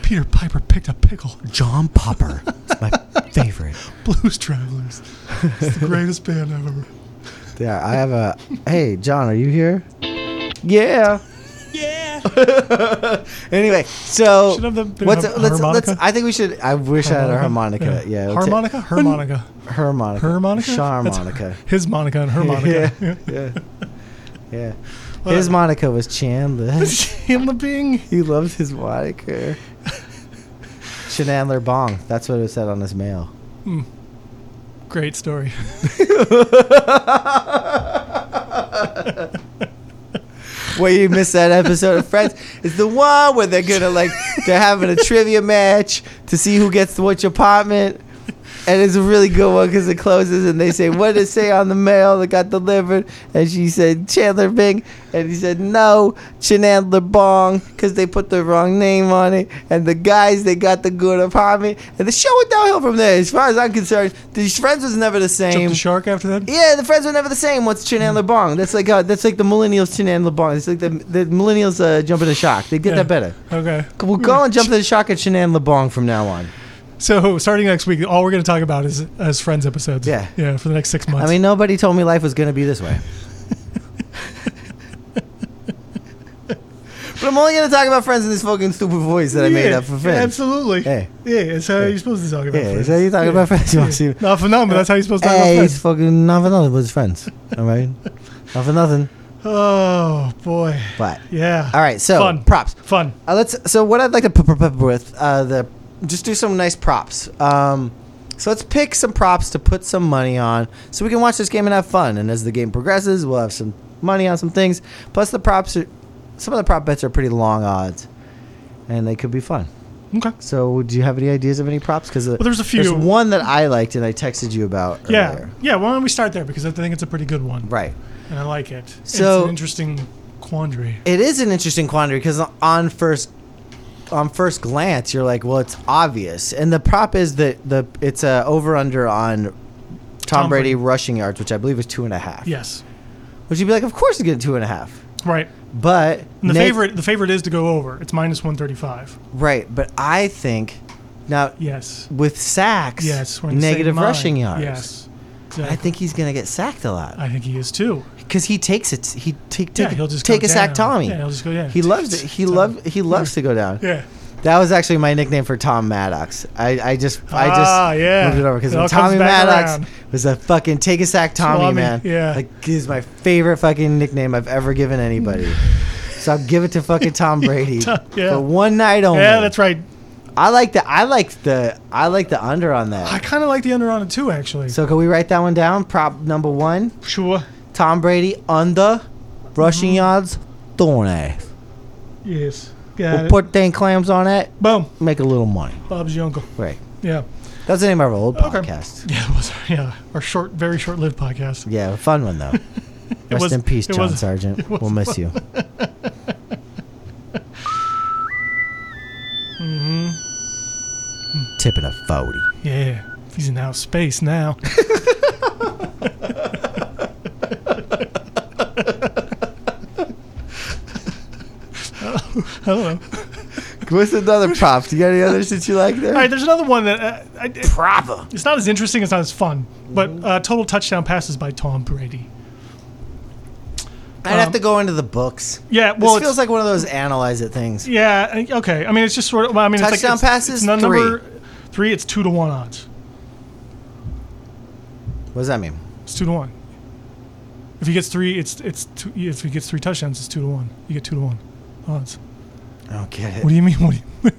S3: Peter Piper picked a pickle.
S2: John Popper. It's my favorite.
S3: Blues Travelers. It's the greatest band I've ever.
S2: Yeah, I have a. Hey, John, are you here? Yeah.
S3: Yeah.
S2: Anyway, so
S3: Should have the bit
S2: what's
S3: of a
S2: let's, let's
S3: harmonica?
S2: I think we should. I wish I had a Uh, harmonica. Yeah, let's-
S3: harmonica. Harmonica.
S2: Harmonica.
S3: Harmonica.
S2: Sharmonica.
S3: His Monica and her
S2: Yeah,
S3: Monica. Yeah.
S2: yeah, yeah. His Monica was Chandler.
S3: Chandler Bing.
S2: he loved his Monica. Chandler Bong. That's what it said on his mail.
S3: Great story.
S2: Wait, you missed that episode of Friends. It's the one where they're gonna like they're having a trivia match to see who gets to which apartment. And it's a really good one because it closes and they say, What did it say on the mail that got delivered? And she said, Chandler Bing. And he said, No, Chandler Bong, because they put the wrong name on it. And the guys, they got the good apartment. And the show went downhill from there. As far as I'm concerned, the Friends was never the
S3: Jump
S2: same.
S3: the shark after that.
S2: Yeah, the friends were never the same. What's Chin
S3: Mm.
S2: and LeBong? That's like uh, that's like the millennials Chin and LeBong. It's like the the millennials uh, jumping the shock. They did
S3: Yeah.
S2: that
S3: Mm.
S2: better.
S3: Okay.
S2: We'll go and jump the shock at Chin and LeBong from now on.
S3: So starting next week, all we're going to talk about is as friends episodes.
S2: Yeah.
S3: Yeah. For the next six months.
S2: I mean, nobody told me life was gonna be this way. But I'm only gonna talk about friends in this fucking stupid voice that I made up for friends.
S3: Absolutely.
S2: Hey.
S3: Yeah, that's how you're supposed to talk about
S2: Yeah,
S3: friends.
S2: is that how you talk about friends? You wanna see-
S3: No, for no, but that's how you're supposed to talk about
S2: Hey,
S3: friends.
S2: it's fucking not for nothing, but it's friends. All right, not for nothing,
S3: Oh boy.
S2: but
S3: Yeah.
S2: all right. So
S3: Fun.
S2: props.
S3: Fun.
S2: Uh, let's. So what I'd like to p- p- p- with uh, the just do some nice props. Um, so let's pick some props to put some money on, so we can watch this game and have fun. And as the game progresses, we'll have some money on some things. Plus the props are, some of the prop bets are pretty long odds, and they could be fun.
S3: Okay.
S2: So do you have any ideas of any props? Because
S3: Well, there's a
S2: There's
S3: few.
S2: one that I liked and I texted you about.
S3: Yeah.
S2: earlier.
S3: Yeah. Why don't we start there because I think it's a pretty good one.
S2: Right.
S3: And I like it.
S2: So-
S3: it's an interesting quandary.
S2: It is an interesting quandary because on first on first glance you're like, well, it's obvious, and the prop is that the it's a over under on Tom,
S3: Tom
S2: Brady
S3: Brady.
S2: rushing yards, which I believe is two and a half.
S3: Yes.
S2: which you'd be like, of course he's getting two and a half,
S3: Right.
S2: but
S3: And the
S2: Nick-
S3: favorite the favorite is to go over. It's minus 135.
S2: right? But I think now
S3: Yes.
S2: with sacks,
S3: Yes. We're in the same
S2: negative
S3: mind.
S2: rushing yards.
S3: Yes.
S2: I
S3: Exactly.
S2: think he's gonna get sacked a lot
S3: I think he is too.
S2: because he takes it. He take
S3: Yeah,
S2: take,
S3: he'll just
S2: take
S3: go
S2: a sack,
S3: down.
S2: Tommy.
S3: Yeah, he'll just go, yeah.
S2: He loves it. He
S3: Tommy.
S2: love he loves to go down.
S3: Yeah.
S2: That was actually my nickname for Tom Maddox. I, I just I just
S3: Ah, yeah.
S2: moved it over because
S3: It all comes
S2: Tommy
S3: back
S2: Maddox
S3: around.
S2: was a fucking take a sack Tommy,
S3: Tommy,
S2: man.
S3: yeah.
S2: like he's my favorite fucking nickname I've ever given anybody. so I'll give it to fucking Tom Brady
S3: Tom- yeah.
S2: for one night only.
S3: Yeah, that's right.
S2: I like the I like the I like the under on
S3: I
S2: that.
S3: kind of like the under on it too, actually.
S2: So can we write that one down? Prop number one:
S3: sure.
S2: Tom Brady under
S3: Mm-hmm.
S2: rushing yards. Thorny.
S3: Yes. Got
S2: We'll
S3: it.
S2: put dang clams on it.
S3: Boom.
S2: Make a little money.
S3: Bob's your uncle.
S2: Right.
S3: Yeah.
S2: That's the name of our old
S3: Okay.
S2: podcast.
S3: Yeah, it was yeah. Our short, very short-lived podcast.
S2: Yeah, a fun one though. Rest
S3: was-
S2: in peace,
S3: it
S2: John
S3: was-
S2: Sargent.
S3: it was
S2: We'll miss you.
S3: Mm-hmm.
S2: Tipping a forty.
S3: Yeah. He's in outer space now. I don't know.
S2: What's another prop? You got any other shit you like there?
S3: All right, there's another one that uh, I, it-
S2: Proper.
S3: it's not as interesting, it's not as fun, but uh, total touchdown passes by Tom Brady.
S2: I'd have
S3: Um,
S2: to go into the books.
S3: Yeah, well,
S2: this
S3: it's,
S2: feels like one of those analyze it things.
S3: yeah, I- okay. I mean, it's just sort of. Well, I mean, it's
S2: Touchdown
S3: like, it's-
S2: passes,
S3: it's not number three. It's two to one odds.
S2: What does that mean?
S3: It's two to one. If he gets three, it's it's two, if he gets three touchdowns, it's two to one. You get two to one odds.
S2: I don't get it.
S3: What do you mean? What do you,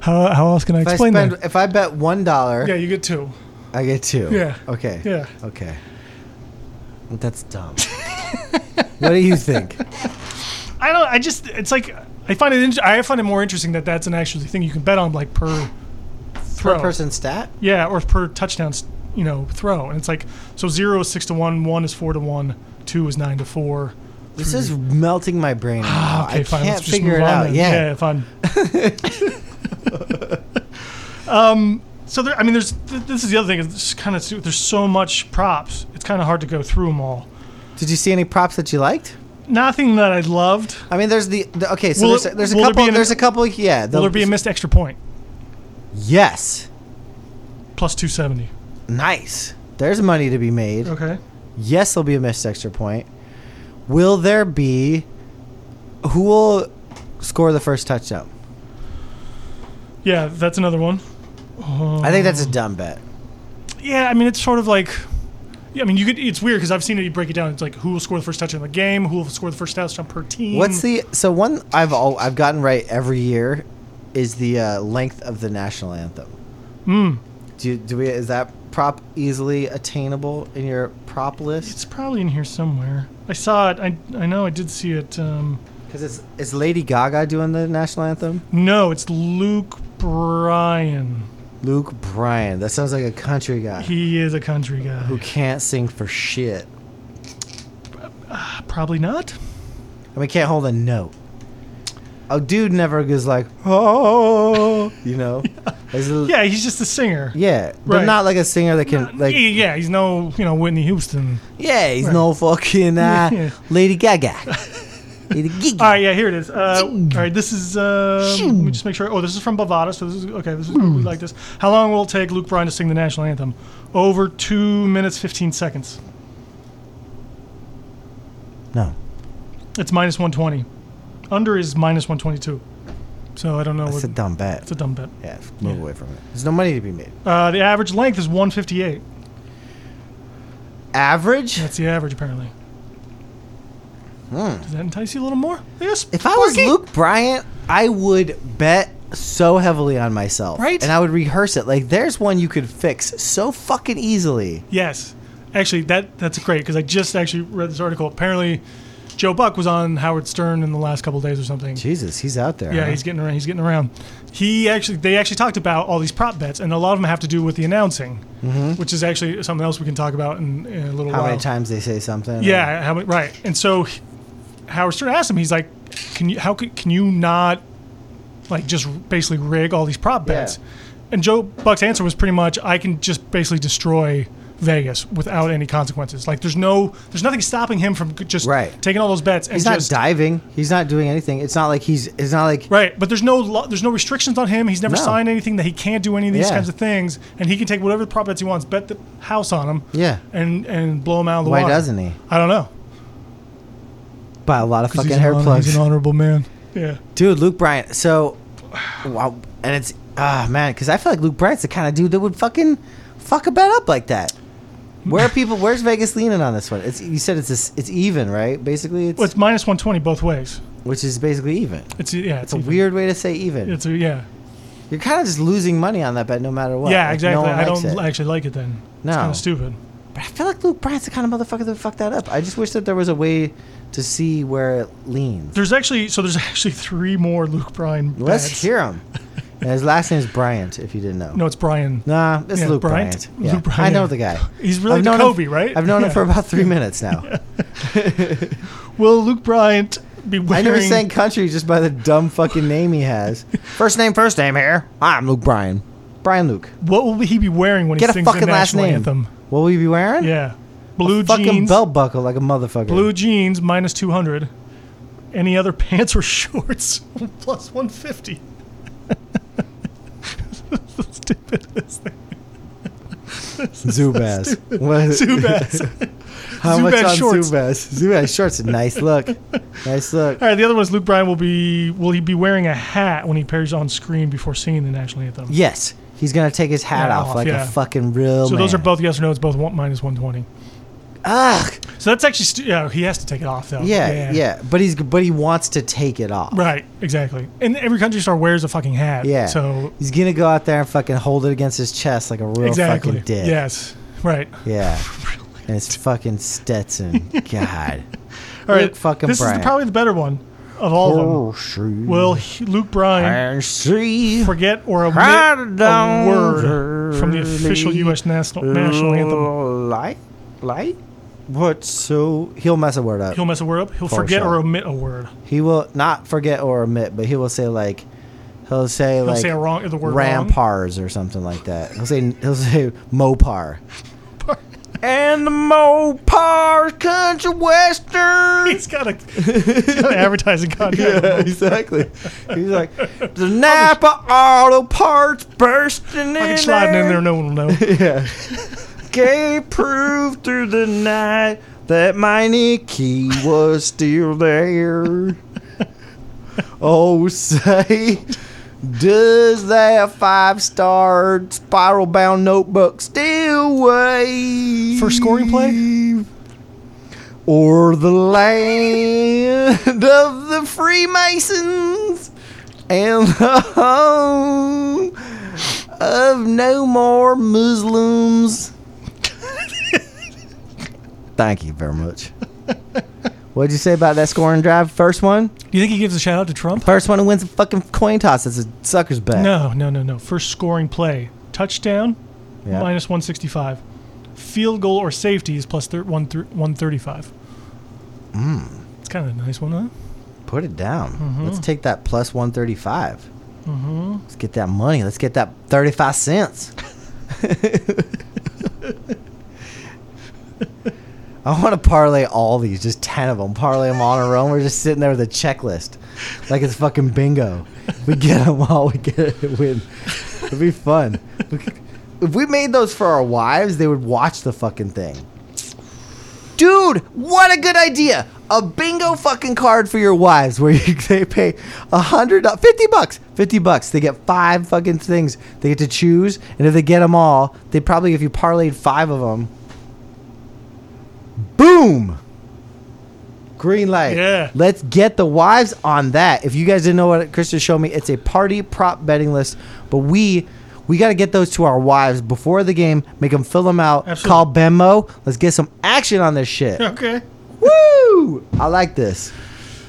S3: how how else can I
S2: if I
S3: explain
S2: spend,
S3: that?
S2: if I bet one dollar,
S3: Yeah, you get two.
S2: I get two.
S3: Yeah.
S2: Okay.
S3: Yeah.
S2: Okay. That's dumb. what do you think?
S3: I don't. I just. It's like I find it. int- I find it more interesting that that's an actual thing you can bet on, like per throw.
S2: Per person stat?
S3: Yeah, or per touchdown, s- you know, throw. And it's like so zero is six to one, one is four to one, two is nine to four.
S2: This is melting my brain.
S3: Ah,
S2: now. Oh, I can't figure it
S3: move on
S2: out.
S3: then.
S2: Yeah.
S3: yeah, fun. um, Um, so there, I mean, there's th- this is the other thing. It's kind of there's so much props. It's kind of hard to go through them all.
S2: Did you see any props that you liked?
S3: Nothing that I loved.
S2: I mean, there's the, the okay. So
S3: Will
S2: there's,
S3: it-
S2: a, there's a
S3: will there
S2: couple.
S3: be an-
S2: there's a couple. Yeah.
S3: Will
S2: the-
S3: there be a missed extra point?
S2: Yes.
S3: Plus two seventy.
S2: Nice. There's money to be made.
S3: Okay.
S2: Yes, there'll be a missed extra point. Will there be? Who will score the first touchdown?
S3: Yeah, that's another one.
S2: I think
S3: Mm.
S2: that's a dumb bet.
S3: Yeah, I mean, it's sort of like. Yeah, I mean, you could. It's weird because I've seen it. You break it down. It's like who will score the first touchdown in the game, who will score the first touchdown per team.
S2: What's the so one I've all I've gotten right every year is the uh, length of the national anthem.
S3: Hmm.
S2: Do you, do we is that prop easily attainable in your prop list?
S3: It's probably in here somewhere. I saw it. I I know I did see it. Um,
S2: Because it's is Lady Gaga doing the national anthem?
S3: no, it's Luke Bryan.
S2: Luke Bryan. That sounds like a country guy
S3: He is a country guy.
S2: who can't sing for shit.
S3: Probably not.
S2: I mean, can't hold a note. A dude never goes like, oh, you know. There's a-
S3: Yeah, he's just a singer.
S2: yeah, but
S3: Right.
S2: not like a singer that can like.
S3: Yeah, yeah, he's no you know Whitney Houston.
S2: Yeah, he's no fucking uh,
S3: Yeah.
S2: Lady Gaga. Lady Gaga.
S3: All right, yeah, here it is. Uh, all right, this is. Uh, let me just make sure. Oh, this is from Bovada. So this is okay. This is
S2: Hmm.
S3: we like this. How long will it take Luke Bryan to sing the national anthem? Over two minutes fifteen seconds.
S2: No.
S3: It's minus one twenty. Under is minus 122. So I don't know
S2: That's
S3: what.
S2: a dumb bet.
S3: it's a dumb bet.
S2: yeah, f- move away from it. There's no money to be made.
S3: Uh, the average length is 158.
S2: Average?
S3: That's the average, apparently. Does that entice you a little more? Yes.
S2: Hmm. If I was
S3: Sparky.
S2: Luke Bryant, I would bet so heavily on myself.
S3: Right?
S2: And I would rehearse it. Like, there's one you could fix so fucking easily.
S3: Yes. Actually, that that's great because I just actually read this article. Apparently, Joe Buck was on Howard Stern in the last couple days or something.
S2: Jesus, he's out there.
S3: Yeah,
S2: huh?
S3: he's getting around. He's getting around. He actually, they actually talked about all these prop bets, and a lot of them have to do with the announcing, which is actually something else we can talk about in, in a little
S2: Mm-hmm. How
S3: while.
S2: many times they say something?
S3: Yeah, how many, right. And so he- Howard Stern asked him, he's like, "Can you how can, can you not like just basically rig all these prop bets?" And Joe Buck's answer was pretty much, "I can just basically destroy Vegas without any consequences. Like there's no there's nothing stopping him from just
S2: Right.
S3: taking all those bets and
S2: He's not
S3: just
S2: diving. He's not doing anything. It's not like he's. It's not like.
S3: Right, but there's no lo- there's no restrictions on him. He's never
S2: No.
S3: signed anything that he can't do any of these
S2: Yeah.
S3: kinds of things, and he can take whatever prop bets he wants, bet the house on him,
S2: Yeah.
S3: and and blow him out of the
S2: Why
S3: water.
S2: doesn't he?
S3: I don't know.
S2: Buy a lot of
S3: 'Cause
S2: fucking
S3: he's an
S2: hair
S3: honor-
S2: plugs.
S3: He's an honorable man. Yeah.
S2: Dude, Luke Bryant. So, wow, and it's ah man, because I feel like Luke Bryant's the kind of dude that would fucking fuck a bet up like that. Where are people? Where's Vegas leaning on this one? It's you said it's this, it's even, right? Basically, it's
S3: Well, it's minus 120 both ways.
S2: which is basically even.
S3: It's yeah. It's,
S2: It's a
S3: even.
S2: weird way to say even.
S3: It's a, yeah.
S2: You're kind of just losing money on that bet, no matter what.
S3: yeah,
S2: Like,
S3: exactly.
S2: No one
S3: I
S2: likes
S3: don't
S2: it.
S3: actually like it then.
S2: No.
S3: It's kind of stupid.
S2: But I feel like Luke Bryant's the kind of motherfucker that would fuck that up. I just wish that there was a way to see where it leans.
S3: There's actually so there's actually three more Luke Bryan.
S2: Let's
S3: bets.
S2: hear him. and his last name is Bryant, if you didn't know.
S3: No, it's Brian.
S2: Nah, it's
S3: Yeah,
S2: Luke Bryant.
S3: Bryant.
S2: Yeah.
S3: Luke Bryant.
S2: I know the guy.
S3: He's related to
S2: known
S3: Kobe,
S2: him,
S3: right?
S2: I've known him
S3: Yeah.
S2: for about three minutes now.
S3: Will Luke Bryant be
S2: I
S3: wearing?
S2: knew he sang country just by the dumb fucking name he has. First name, first name here. I'm Luke Bryan. Brian Luke.
S3: What will he be wearing when
S2: Get
S3: he
S2: a
S3: sings
S2: fucking
S3: the
S2: last
S3: national
S2: name.
S3: anthem?
S2: What will you be wearing?
S3: Yeah, blue
S2: Fucking
S3: jeans.
S2: belt buckle like a motherfucker.
S3: Blue jeans minus 200. Any other pants or shorts plus 150. Stupid.
S2: Zubaz. What-
S3: Too bad.
S2: How
S3: Zubaz
S2: much on
S3: shorts.
S2: Zubaz? Zubaz shorts. a Nice look. Nice look.
S3: All right, the other one's Luke Bryan will be will he be wearing a hat when he appears on screen before singing the national anthem?
S2: Yes. He's gonna take his hat
S3: Yeah,
S2: off
S3: off,
S2: like
S3: yeah.
S2: a fucking real
S3: so those are
S2: man.
S3: both yes or no. It's both one, minus one twenty.
S2: Ugh.
S3: So that's actually stu- yeah. He has to take it off though.
S2: Yeah, yeah, But he's but he wants to take it off.
S3: Right. Exactly. And every country star wears a fucking hat.
S2: Yeah.
S3: So
S2: he's gonna go out there and fucking hold it against his chest like a real
S3: exactly.
S2: fucking dick.
S3: Yes. Right.
S2: Yeah. And it's fucking Stetson. God.
S3: All right.
S2: Luke fucking Oh.
S3: this is
S2: Bryan.
S3: the, probably the better one of all of them. Will he- Luke Bryan
S2: and see
S3: forget or omit
S2: I
S3: a
S2: don't
S3: word from the official
S2: really
S3: U.S. national national anthem?
S2: Light, light. What? So he'll mess a word up.
S3: He'll
S2: He'll,
S3: mess a word up. He'll
S2: For
S3: forget
S2: sure.
S3: or omit a word.
S2: not forget or omit, but he will say like, he'll say
S3: He'll
S2: like
S3: say a wrong the word wrong.
S2: rampars or something like that. He'll say he'll say Mopar. and the Mopar country western.
S3: He's got a he's got an advertising contract.
S2: Yeah, exactly. He's like the Napa auto parts bursting
S3: I
S2: in,
S3: can slide it in there, no one will know.
S2: Gay proved through the night that my Nikki was still there. oh, say, does that five star spiral bound notebook still wave?
S3: For scoring play?
S2: Or the land of the Freemasons and the home of no more Muslims. Thank you very much. What'd you say about that scoring drive? First one?
S3: Do you think he gives a shout out to Trump?
S2: First one who wins a fucking coin toss. That's a sucker's bet.
S3: No, no, no, no. First scoring play, touchdown,
S2: Yeah.
S3: minus 165. Field goal or safety is plus thir- one thir- 135. Mm.
S2: Hmm.
S3: It's kind of a nice one, huh?
S2: Put it down. Let's take that plus 135. Let's get that money. Let's get that 35 cents. I want to parlay all these, just 10 of them. Parlay them all in a row. and We're just sitting there with a checklist. Like it's fucking bingo. We get them all, we get it, win. It'd be fun. We could- If we made those for our wives, they would watch the fucking thing. Dude, what a good idea! a bingo fucking card for your wives where you, they pay a hundred, do- fifty bucks, fifty bucks. They get five fucking things. They get to choose, and if they get them all, they probably if you parlayed five of them, boom, green light.
S3: Yeah.
S2: Let's get the wives on that. If you guys didn't know what Krista showed me, it's a party prop betting list, but we. We got to get those to our wives before the game. Make them fill them out.
S3: Absolutely.
S2: Call Bemo. Let's get some action on this shit.
S3: Okay.
S2: Woo! I like this.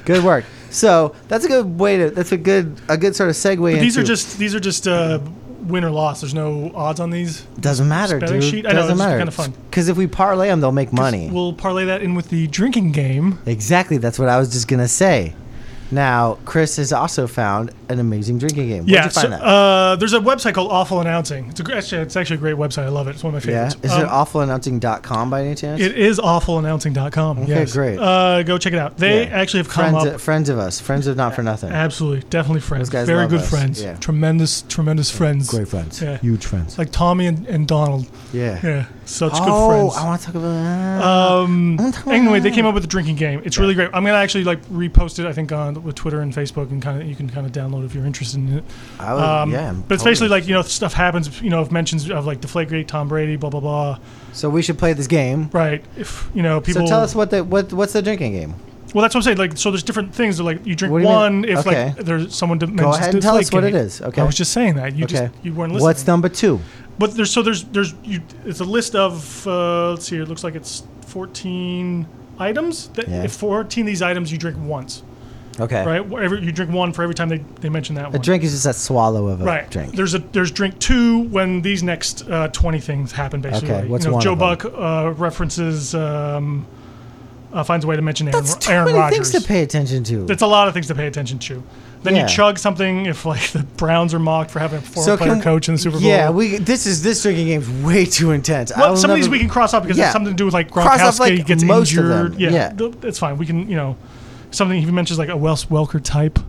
S2: Good work. So that's a good way to. That's a good a good sort of segue. into,
S3: These are just these are just uh, win or loss. There's no odds on these.
S2: doesn't matter,
S3: betting
S2: dude.
S3: sheet? I know,
S2: Doesn't
S3: it's
S2: matter.
S3: kinda fun.
S2: Because if we parlay them, they'll make money.
S3: We'll parlay that in with the drinking game.
S2: exactly. That's what I was just gonna say. Now, Chris has also found an amazing drinking game. Where'd
S3: yeah.
S2: you find
S3: so,
S2: that?
S3: uh, there's a website called Awful Announcing. It's a great, actually, it's actually a great website. I love it. It's one of my
S2: yeah.
S3: favorites.
S2: Is
S3: Um,
S2: it awfulannouncing.com by any chance?
S3: It is awfulannouncing.com. Okay, yes.
S2: great.
S3: Uh, go check it out. They
S2: Yeah.
S3: actually have come
S2: friends,
S3: up.
S2: friends of us. Friends of not for nothing.
S3: Absolutely, definitely friends.
S2: guys
S3: Very
S2: love
S3: good
S2: us,
S3: friends.
S2: yeah.
S3: Tremendous, tremendous friends.
S2: Great friends.
S3: Yeah.
S2: Huge friends.
S3: Like Tommy and, and Donald.
S2: yeah.
S3: Yeah, such
S2: Oh,
S3: good
S2: I
S3: friends.
S2: want to talk about that.
S3: Um,
S2: wanna talk about
S3: anyway, they
S2: that.
S3: came up with a drinking game. It's really great. I'm gonna actually like repost it. I think on with Twitter and Facebook, and kind of you can kind of download if you're interested in it.
S2: I would,
S3: Um,
S2: yeah.
S3: but it's basically like you know stuff happens. You know, if mentions of like Deflategate, Tom Brady, blah blah blah.
S2: So we should play this game.
S3: Right. If you know people.
S2: So tell us what the what what's the drinking game?
S3: Well, that's what I'm saying. Like, so there's different things. That, like, you drink
S2: What do you
S3: one
S2: mean?
S3: if
S2: Okay.
S3: like there's someone. Go
S2: ahead and tell us what it is. Okay.
S3: I was just saying that. You
S2: okay.
S3: just you weren't listening.
S2: What's number two?
S3: But there's so there's there's you. It's a list of uh, let's see. It looks like it's 14 items. That
S2: Yeah.
S3: If 14 of these items you drink once,
S2: Okay.
S3: right? Whatever you drink one for every time they they mention that
S2: A
S3: one.
S2: drink is just a swallow of a
S3: Right.
S2: drink.
S3: There's a there's drink two when these next uh, twenty things happen basically.
S2: Okay,
S3: Like,
S2: what's
S3: you know,
S2: one
S3: Joe
S2: of them?
S3: Buck uh, references um, uh, finds a way to mention Aaron,
S2: That's too
S3: Aaron
S2: many things
S3: Rodgers.
S2: to pay attention to.
S3: That's a lot of things to pay attention to. Then
S2: Yeah.
S3: you chug something if like the Browns are mocked for having a four player
S2: can-
S3: coach in the Super Bowl.
S2: Yeah, we this is this drinking game's way too intense. I
S3: Well,
S2: will
S3: some of these
S2: never-
S3: we can cross off because
S2: Yeah.
S3: it's something to do with like Gronkowski
S2: Cross off, like,
S3: gets
S2: most of them.
S3: injured. Yeah,
S2: Yeah.
S3: th- it's fine. We can you know something he mentions like a Wells Welker type.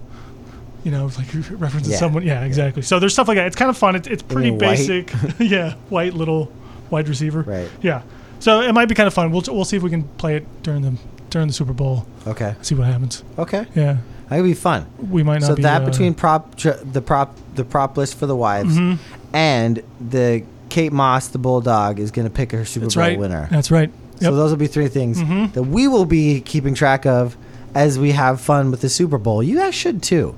S3: You know, like he references
S2: Yeah.
S3: someone. Yeah, exactly. So there's stuff like that. It's kind of fun. It's, it's pretty
S2: mean white?
S3: basic. yeah, white little wide receiver.
S2: Right.
S3: Yeah. So it might be kind of fun. We'll we'll see if we can play it during the during the Super Bowl.
S2: Okay.
S3: See what happens.
S2: Okay.
S3: Yeah,
S2: That could be fun.
S3: we might not.
S2: So
S3: be,
S2: that
S3: uh,
S2: between prop dr- the prop the prop list for the wives
S3: Mm-hmm.
S2: and the Kate Moss the bulldog is going to pick her Super
S3: That's
S2: Bowl
S3: right.
S2: winner.
S3: That's right. Yep. Mm-hmm.
S2: So those will be three things that we will be keeping track of as we have fun with the Super Bowl. You guys should too.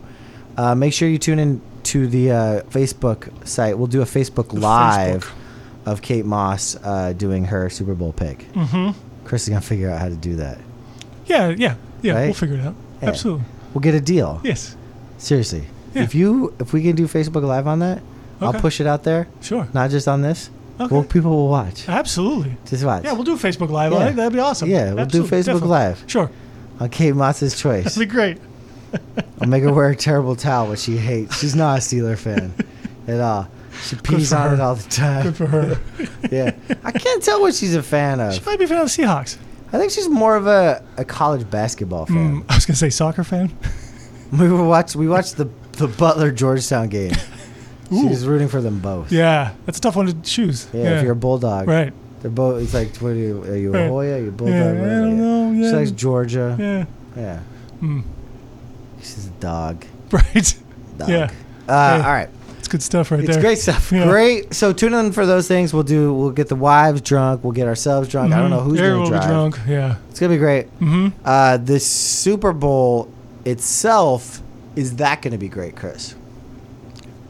S2: Uh, make sure you tune in to the uh, Facebook site. We'll do a Facebook live of Kate Moss uh, doing her Super Bowl pick.
S3: Mm.
S2: Mm-hmm. Chris is gonna figure out how to do that.
S3: yeah, yeah, yeah. We'll
S2: Right?
S3: figure it out.
S2: Yeah.
S3: Absolutely.
S2: We'll get a deal.
S3: Yes.
S2: Seriously,
S3: Yeah.
S2: if you if we can do Facebook live on that, I'll
S3: Okay.
S2: push it out there.
S3: Sure.
S2: Not just on this.
S3: Okay.
S2: Well, people will watch.
S3: Absolutely.
S2: Just watch.
S3: Yeah, we'll do a Facebook Live on
S2: Yeah.
S3: it. That'd be awesome.
S2: Yeah, we'll do
S3: Absolutely,
S2: Facebook
S3: definitely.
S2: Live.
S3: Sure.
S2: on Kate Moss's choice.
S3: That'd be great.
S2: I'll make her wear a terrible towel, which she hates. She's not a Steeler fan at all. She pees
S3: for
S2: on it
S3: her.
S2: all the time.
S3: Good for her.
S2: Yeah, I can't tell what she's a fan
S3: she
S2: of.
S3: might be a fan of the Seahawks.
S2: I think she's more of a, a college basketball fan.
S3: Mm, I was going to say soccer fan.
S2: We were watch we watched the the Butler Georgetown game. She was rooting for them both.
S3: Yeah, that's a tough one to choose.
S2: Yeah, if you're a bulldog,
S3: Right.
S2: They're both. It's like, what are you? Are you a
S3: Right.
S2: Hoya? Are you a bulldog?
S3: Yeah, I
S2: What are
S3: don't
S2: you?
S3: know, yeah.
S2: She likes Georgia. Yeah.
S3: Yeah. Mm.
S2: She's a dog.
S3: Right.
S2: Dog.
S3: Yeah.
S2: Uh,
S3: Hey.
S2: All right.
S3: It's good stuff right
S2: It's
S3: there.
S2: great stuff.
S3: Yeah.
S2: Great. So tune in for those things. We'll do. We'll get the wives drunk. We'll get ourselves drunk. I don't know who's
S3: Everyone
S2: going to
S3: will
S2: drive.
S3: Mm-hmm. be drunk. Yeah.
S2: It's gonna be great.
S3: hmm
S2: Uh, the Super Bowl itself is that going to be great, Chris?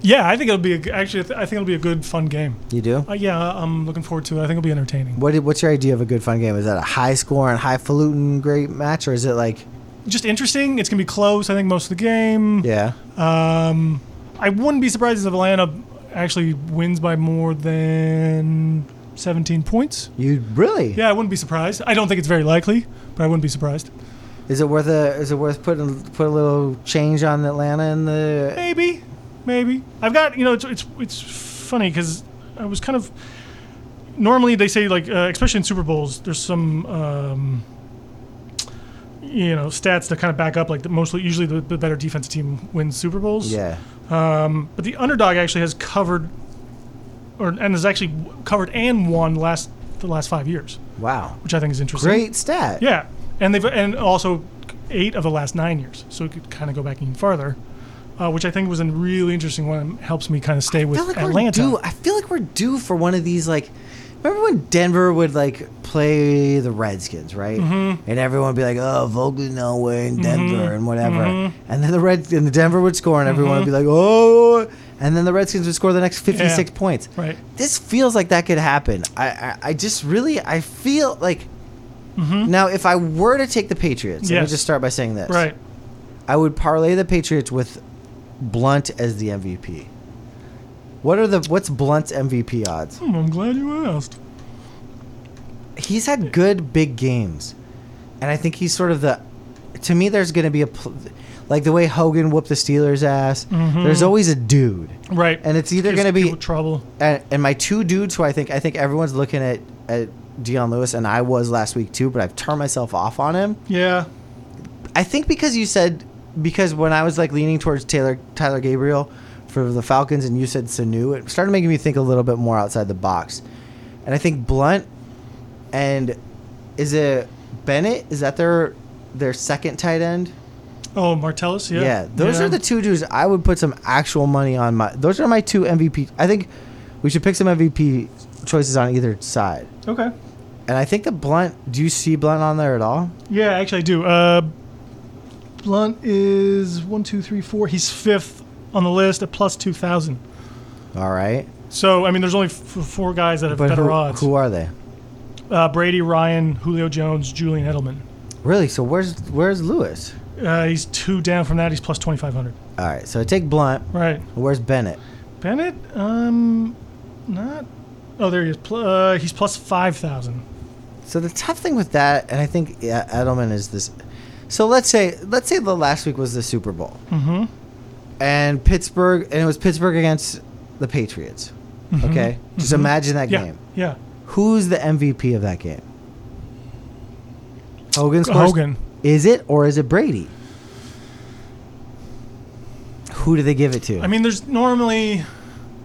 S3: Yeah, I think it'll be a, g- actually. I, th- I think it'll be a good, fun game.
S2: You do.
S3: Uh, yeah, I'm looking forward to it. I think it'll be entertaining.
S2: What, what's your idea of a good fun game? Is that a high score and highfalutin great match, or is it like
S3: Just interesting. It's gonna be close. I think most of the game.
S2: yeah?
S3: Um, I wouldn't be surprised if Atlanta actually wins by more than 17 points.
S2: You really?
S3: Yeah, I wouldn't be surprised. I don't think it's very likely, but I wouldn't be surprised.
S2: Is it worth a? Is it worth putting put a little change on Atlanta in the?
S3: Maybe, maybe. I've got you know it's it's it's funny because I was kind of normally they say like uh, especially in Super Bowls there's some. Um, you know stats to kind of back up like the mostly usually the, the better defensive team wins Super Bowls.
S2: Yeah.
S3: Um, But the underdog actually has covered, or and has actually w- covered and won last the last five years,
S2: Wow.
S3: which I think is interesting.
S2: Great stat.
S3: Yeah. and they've and also eight of the last nine years. So it could kind of go back even farther, uh, which I think was a really interesting one. and Helps me kind of stay with
S2: I feel like
S3: Atlanta.
S2: We're due, I feel like we're due for one of these like. Remember when Denver would like play the Redskins, right? Mm-hmm. And everyone would be like, "Oh, Vogel, no way in Denver
S3: Mm-hmm.
S2: and whatever." And then the Red and the Denver would score, and everyone would be like, "Oh!" And then the Redskins would score the next fifty-six
S3: Mm-hmm. Yeah.
S2: points.
S3: Right.
S2: This feels like that could happen. I, I, I just really, I feel like now if I were to take the Patriots, let me
S3: Mm-hmm. Yes.
S2: just start by saying this.
S3: Right.
S2: I would parlay the Patriots with Blunt as the MVP. What are the what's Blunt's MVP odds?
S3: Hmm, I'm glad you asked.
S2: He's had good big games, and I think he's sort of the. To me, there's going to be a pl- like the way Hogan whooped the Steelers' ass.
S3: Mm-hmm.
S2: There's always a dude,
S3: Right.
S2: and it's either
S3: Gives
S2: going to be
S3: people trouble.
S2: and, and my two dudes who I think I think everyone's looking at at Deion Lewis, and I was last week too, but I've turned myself off on him.
S3: Yeah.
S2: I think because you said because when I was like leaning towards Taylor Tyler Gabriel for the Falcons and you said Sanu, it started making me think a little bit more outside the box. And I think Blunt and is it Bennett? Is that their their second tight end?
S3: Oh, Martellus. Yeah.
S2: those
S3: Yeah.
S2: are the two dudes I would put some actual money on. My those are my two MVP. I think we should pick some MVP choices on either side.
S3: Okay.
S2: And I think the Blunt. Do you see Blunt on there at all?
S3: Yeah, actually, I do. Uh, Blunt is one, two, three, four. He's fifth on the list at plus two thousand.
S2: All right,
S3: So I mean, there's only f- four guys that have better
S2: who,
S3: odds:
S2: who are they?
S3: uh, Brady, Ryan, Julio Jones, Julian Edelman.
S2: Really? So where's where's Lewis?
S3: Uh, he's two down from that. He's plus twenty five hundred.
S2: All right. So I take Blunt.
S3: Right.
S2: Where's Bennett?
S3: Bennett, um, not. Oh, there he is. Pl- uh, he's plus five thousand.
S2: So the tough thing with that, and I think yeah, Edelman is this. So let's say let's say the last week was the Super Bowl,
S3: Mm-hmm.
S2: and Pittsburgh, and it was Pittsburgh against the Patriots. Okay, just imagine that
S3: Mm-hmm. Yeah.
S2: game.
S3: Yeah.
S2: Who's the MVP of that game? Hogan scores.
S3: Hogan.
S2: Is it or is it Brady? Who do they give it to?
S3: I mean, there's normally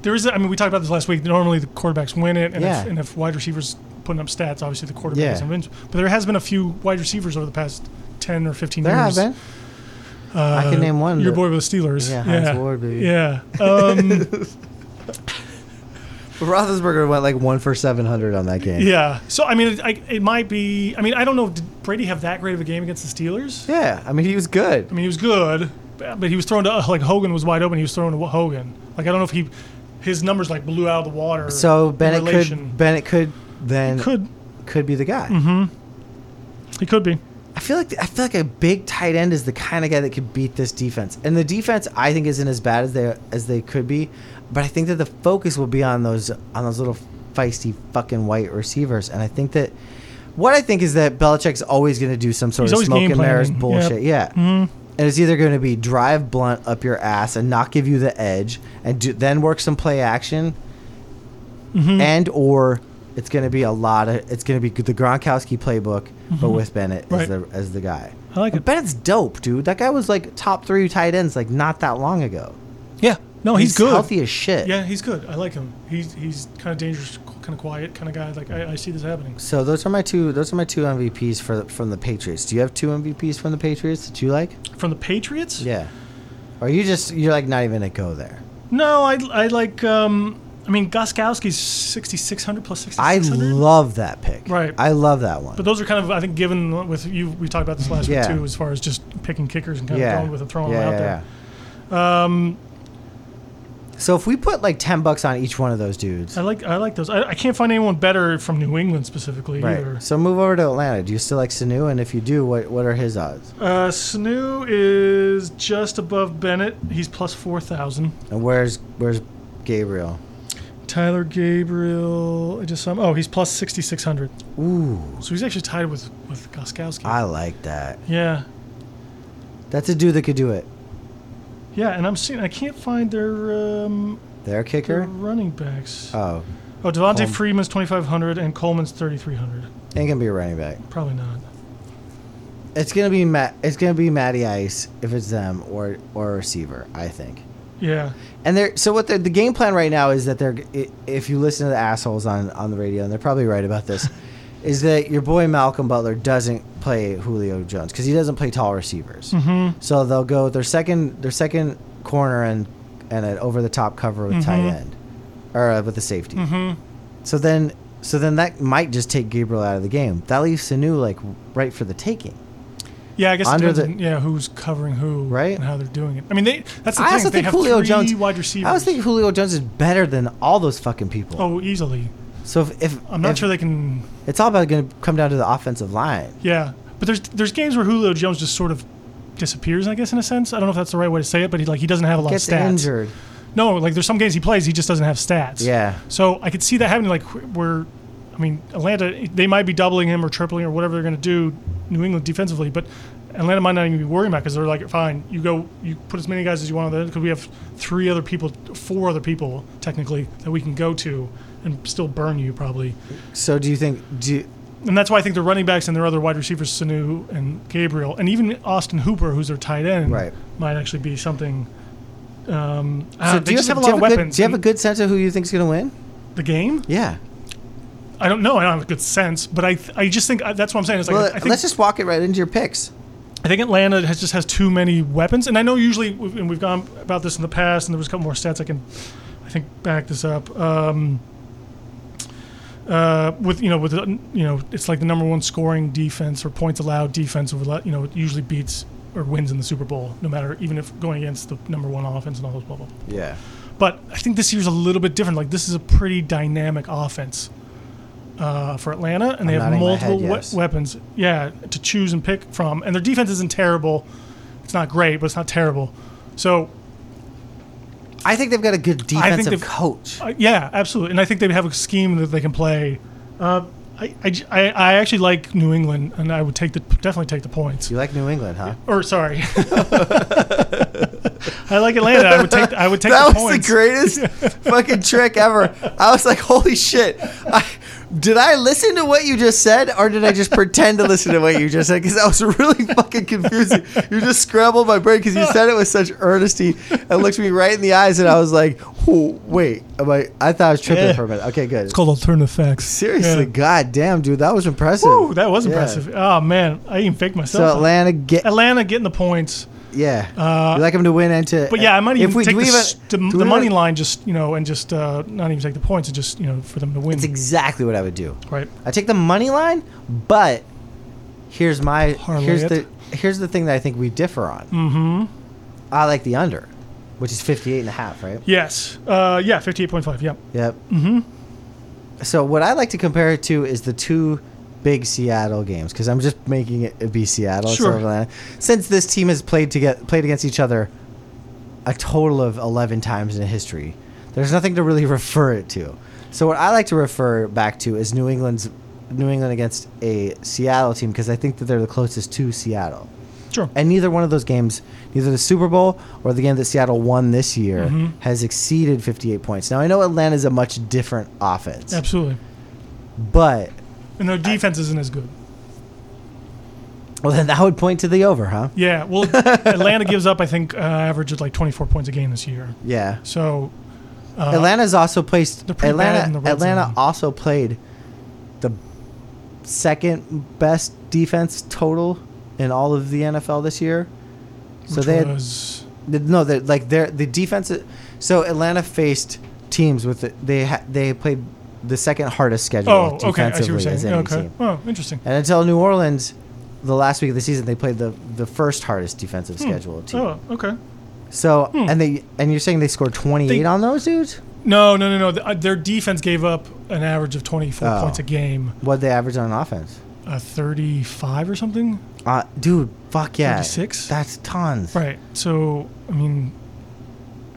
S3: there is. I mean, we talked about this last week. Normally, the quarterbacks win it, and,
S2: Yeah.
S3: if, and if wide receivers putting up stats, obviously the quarterback
S2: Yeah.
S3: is invincible. But there has been a few wide receivers over the past ten or fifteen
S2: there have eh?
S3: years.
S2: been. I can
S3: Uh,
S2: name one.
S3: Your
S2: that-
S3: boy with the Steelers.
S2: Yeah,
S3: yeah.
S2: Heinz Ward, baby.
S3: Yeah. Um,
S2: Roethlisberger went like one for seven hundred on that game.
S3: yeah. So I mean, it, I, it might be. I mean, I don't know. Did Brady have that great of a game against the Steelers?
S2: Yeah, I mean he was good.
S3: I mean, he was good, but but he was thrown to like Hogan was wide open. He was thrown to Hogan. Like I don't know if he his numbers like blew out of the water.
S2: So
S3: in
S2: Bennett
S3: relation.
S2: could Bennett could then could.
S3: could Mm-hmm.
S2: be the guy.
S3: he could be.
S2: I feel like I feel like a big tight end is the kind of guy that could beat this defense. And the defense I think isn't as bad as they as they could be, but I think that the focus will be on those on those little feisty fucking white receivers. And I think that what I think is that Belichick's always going to do some sort
S3: He's
S2: of
S3: always
S2: smoke
S3: game
S2: and mirrors
S3: planning.
S2: bullshit. Yeah.
S3: Mm.
S2: And it's either going to be drive blunt up your ass and not give you the edge, and do, then work some play action,
S3: Mm-hmm.
S2: and or it's going to be a lot of it's going to be the Gronkowski playbook, but with Bennett as
S3: Mm-hmm. Right.
S2: the as the guy.
S3: I like
S2: And
S3: it.
S2: Bennett's dope, dude. That guy was like top three tight ends like not that long ago.
S3: Yeah. No, Oh, he's, good.
S2: healthy as shit.
S3: Yeah, he's good. I like him. He's he's kind of dangerous, kind of quiet, kind of guy. Like I, I see this happening.
S2: So those are my two. Those are my two MVPs for from the Patriots. Do you have two MVPs from the Patriots that you like?
S3: From the Patriots?
S2: Yeah. Or you just you're like not even gonna go there.
S3: No, I I like. Um, I mean, Goskowski's sixty six hundred plus sixty
S2: I
S3: six hundred.
S2: love that pick.
S3: Right.
S2: I love that one.
S3: But those are kind of I think given with you. We talked about this last
S2: Yeah.
S3: week too, as far as just picking kickers and kind
S2: yeah.
S3: of going with and throwing
S2: yeah,
S3: them out
S2: yeah,
S3: there. Um,
S2: yeah. So if we put like ten bucks on each one of those dudes,
S3: I like I like those. I, I can't find anyone better from New England specifically either.
S2: right? So move over to Atlanta. Do you still like Sanu? And if you do, what what are his odds?
S3: Uh, Snu is just above Bennett. He's plus four thousand.
S2: And where's where's Gabriel?
S3: Tyler Gabriel. I just saw him. Oh, he's plus 6,600.
S2: Ooh,
S3: So he's actually tied with, with Goskowski.
S2: I like that.
S3: yeah.
S2: That's a dude that could do it.
S3: Yeah, and I'm seeing, I can't find their, um,
S2: Their
S3: their
S2: kicker.
S3: running backs.
S2: Oh,
S3: oh, Devontae
S2: Col-
S3: Freeman's 2,500 and Coleman's 3,300.
S2: ain't gonna be a running back.
S3: Probably not.
S2: It's gonna be Matt. It's gonna be Matty Ice if it's them or or a receiver. I think.
S3: Yeah.
S2: And they're so what they're, the game plan right now is that they're i- if you listen to the assholes on on the radio and they're probably right about this is that your boy Malcolm Butler doesn't play Julio Jones because he doesn't play tall receivers.
S3: Hmm. Mm-hmm.
S2: So they'll go with their second their second corner and and an over the top cover with tight
S3: Mm-hmm.
S2: end or uh, with the safety.
S3: Hmm.
S2: So then so then that might just take Gabriel out of the game. That leaves Sanu like right for the taking.
S3: Yeah, I guess it
S2: Under
S3: depends
S2: the-
S3: on, yeah who's covering who,
S2: Right?
S3: and how they're doing it. I mean, they that's the
S2: I
S3: thing.
S2: also
S3: they
S2: think
S3: have
S2: Julio
S3: three
S2: Jones
S3: wide receivers.
S2: I was thinking Julio Jones is better than all those fucking people.
S3: oh, easily.
S2: So if, if
S3: I'm not
S2: if-
S3: sure they can.
S2: it's all about going to come down to the offensive line.
S3: Yeah, but there's there's games where Julio Jones just sort of disappears. I guess in a sense, I don't know if that's the right way to say it, but he like he doesn't have a lot
S2: Gets
S3: of stats.
S2: injured.
S3: No, like there's some games he plays, he just doesn't have stats.
S2: Yeah.
S3: So I could see that happening. Like where, I mean, Atlanta, they might be doubling him or tripling or whatever they're going to do. New England defensively, but Atlanta might not even be worrying about because they're like, fine, you go, you put as many guys as you want on there because we have three other people, four other people technically that we can go to and still burn you probably.
S2: So do you think do you-
S3: And that's why I think the running backs and their other wide receivers, Sanu and Gabriel, and even Austin Hooper, who's their tight end,
S2: Right.
S3: might actually be something. Um,
S2: so
S3: I don't know, they just have a
S2: do
S3: lot
S2: you
S3: of
S2: good-
S3: weapons.
S2: do you have a
S3: and
S2: good sense of who you think's going to win?
S3: the game?
S2: Yeah.
S3: I don't know. I don't have a good sense, but I th- I just think I, that's what I'm saying. It's like
S2: Well,
S3: I, think,
S2: let's just walk it right into your picks.
S3: I think Atlanta has just has too many weapons, and I know usually we've, and we've gone about this in the past, and there was a couple more stats I can I think back this up. Um, uh, with you know with uh, you know it's like the number one scoring defense or points allowed defense over la- you know it usually beats or wins in the Super Bowl no matter even if going against the number one offense and all those blah blah. blah.
S2: Yeah.
S3: But I think this year's a little bit different. Like this is a pretty dynamic offense uh, for Atlanta, and they
S2: I'm
S3: have
S2: nodding my head
S3: multiple we-
S2: yes.
S3: weapons, yeah, to choose and pick from. And their defense isn't terrible. It's not great, but it's not terrible. So
S2: I think they've got a good defensive
S3: they've-
S2: coach.
S3: uh, yeah, absolutely. And I think they have a scheme that they can play. Uh, I, I j- I- I actually like New England, and I would take the definitely take the points.
S2: You like New England, huh?
S3: Or sorry, I like Atlanta. I would take I would take
S2: that
S3: the
S2: was
S3: points.
S2: the greatest fucking trick ever. I was like, holy shit. I, did I listen to what you just said or did I just pretend to listen to what you just said? Because that was really fucking confusing. You just scrambled my brain because you said it with such earnesty and looked me right in the eyes and I was like, oh, wait. Am I, I thought I was tripping
S3: Yeah.
S2: for a minute. Okay, good.
S3: It's called alternative facts.
S2: Seriously,
S3: Yeah.
S2: god damn, dude, that was impressive.
S3: Ooh, that was
S2: Yeah.
S3: impressive. Oh man, I even faked
S2: So
S3: myself.
S2: Atlanta get
S3: Atlanta getting the points,
S2: yeah.
S3: Uh,
S2: you like them to win and to
S3: but yeah, I might
S2: if
S3: even
S2: we-
S3: take
S2: do we
S3: the,
S2: even-
S3: s- the,
S2: do we
S3: the
S2: even-
S3: money line, just you know, and just uh, not even take the points, and just you know, for them to win.
S2: That's exactly what I would do.
S3: right?
S2: I take the money line, but here's my
S3: Parlay
S2: here's
S3: it.
S2: the here's the thing that I think we differ on. Mm-hmm. I like the under, which is 58 and a half, right?
S3: Yes. Uh, yeah, fifty-eight point five. Yeah.
S2: Yep. Mm-hmm. So what I like to compare it to is the two big Seattle games because I'm just making it be Seattle instead of
S3: Sure.
S2: Atlanta. Since this team has played to get played against each other a total of 11 times in history, there's nothing to really refer it to. So what I like to refer back to is New England's New England against a Seattle team because I think that they're the closest to Seattle.
S3: Sure.
S2: And neither one of those games, neither the Super Bowl or the game that Seattle won this year,
S3: Mm-hmm.
S2: has exceeded 58 points. Now, I know Atlanta's a much different offense,
S3: Absolutely.
S2: but,
S3: And their defense isn't as good.
S2: well, then that would point to the over, huh?
S3: Yeah. Well, Atlanta gives up. I think uh, average of like twenty-four points a game this year.
S2: Yeah.
S3: So uh,
S2: Atlanta's also placed,
S3: they're pretty bad in
S2: Atlanta,
S3: the red
S2: Atlanta
S3: zone.
S2: also played the second best defense total in all of the NFL this year. So
S3: which
S2: they had,
S3: was
S2: The- No, they're, like they're the defense. So Atlanta faced teams with the, they ha, they played the second hardest schedule
S3: oh okay. I see
S2: defensively
S3: what you're
S2: as
S3: saying.
S2: any
S3: Okay.
S2: team.
S3: Oh, interesting.
S2: And until New Orleans, the last week of the season, they played the the first hardest defensive schedule team.
S3: Oh, okay.
S2: So and they and you're saying they scored 28
S3: They-
S2: on those dudes?
S3: No, no, no, no. Th- uh, Their defense gave up an average of twenty-four
S2: Oh.
S3: points a game.
S2: What they average on offense?
S3: uh, 35 or something.
S2: Uh, dude, fuck yeah,
S3: 36?
S2: That's tons.
S3: Right. So, I mean,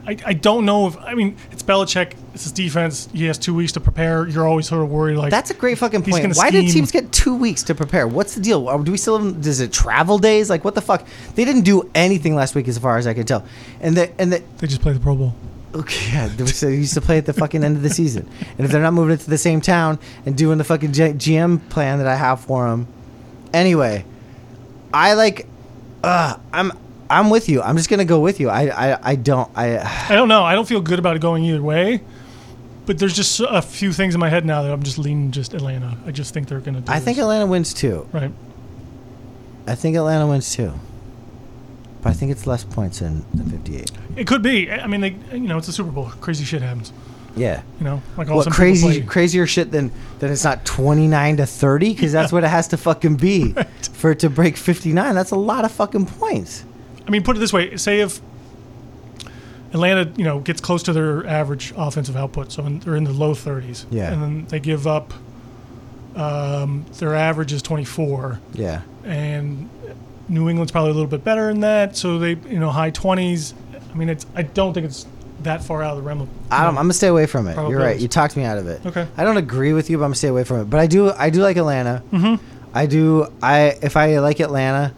S3: I, I don't know if, I mean, it's Belichick, it's his defense. He has two weeks to prepare. You're always sort of worried, like,
S2: That's a great fucking
S3: He's
S2: point.
S3: gonna
S2: Why did
S3: scheme.
S2: teams get two weeks to prepare? What's the deal? Are- Do we still have, is it travel days? Like what the fuck? They didn't do anything last week, as far as I can tell. And the and the
S3: they just play the Pro Bowl.
S2: okay, yeah, they were- so they used to play at the fucking end of the season. And if they're not moving it to the same town and doing the fucking G- GM plan that I have for them, anyway, I like, uh, I'm I'm with you. I'm just gonna go with you. I I, I don't I.
S3: I don't know. I don't feel good about it going either way. But there's just a few things in my head now that I'm just leaning just Atlanta. I just think they're going to do
S2: I think
S3: this.
S2: Atlanta wins too.
S3: Right.
S2: I think Atlanta wins too. But I think it's less points than, than 58.
S3: It could be. I I mean, they, you know, it's a Super Bowl. Crazy shit happens.
S2: Yeah.
S3: You know, like all
S2: What
S3: some people
S2: crazy,
S3: play-
S2: crazier shit than than it's not 29 to 30? Because that's what it has to fucking be for it to break 59. That's a lot of fucking points.
S3: I mean, put it this way: say if Atlanta, you know, gets close to their average offensive output, so in, they're in the low 30s,
S2: Yeah.
S3: and then they give up. Um, their average is 24,
S2: Yeah.
S3: and New England's probably a little bit better than that, so they, you know, high 20s. I mean, it's I don't think it's that far out of the realm of.
S2: I don't, I'm gonna stay away from it. You're right.
S3: Probabilities.
S2: You talked me out of it.
S3: Okay.
S2: I don't agree with you, but I'm gonna stay away from it. But I do. I do like Atlanta. Mm-hmm. I do. I if I like Atlanta,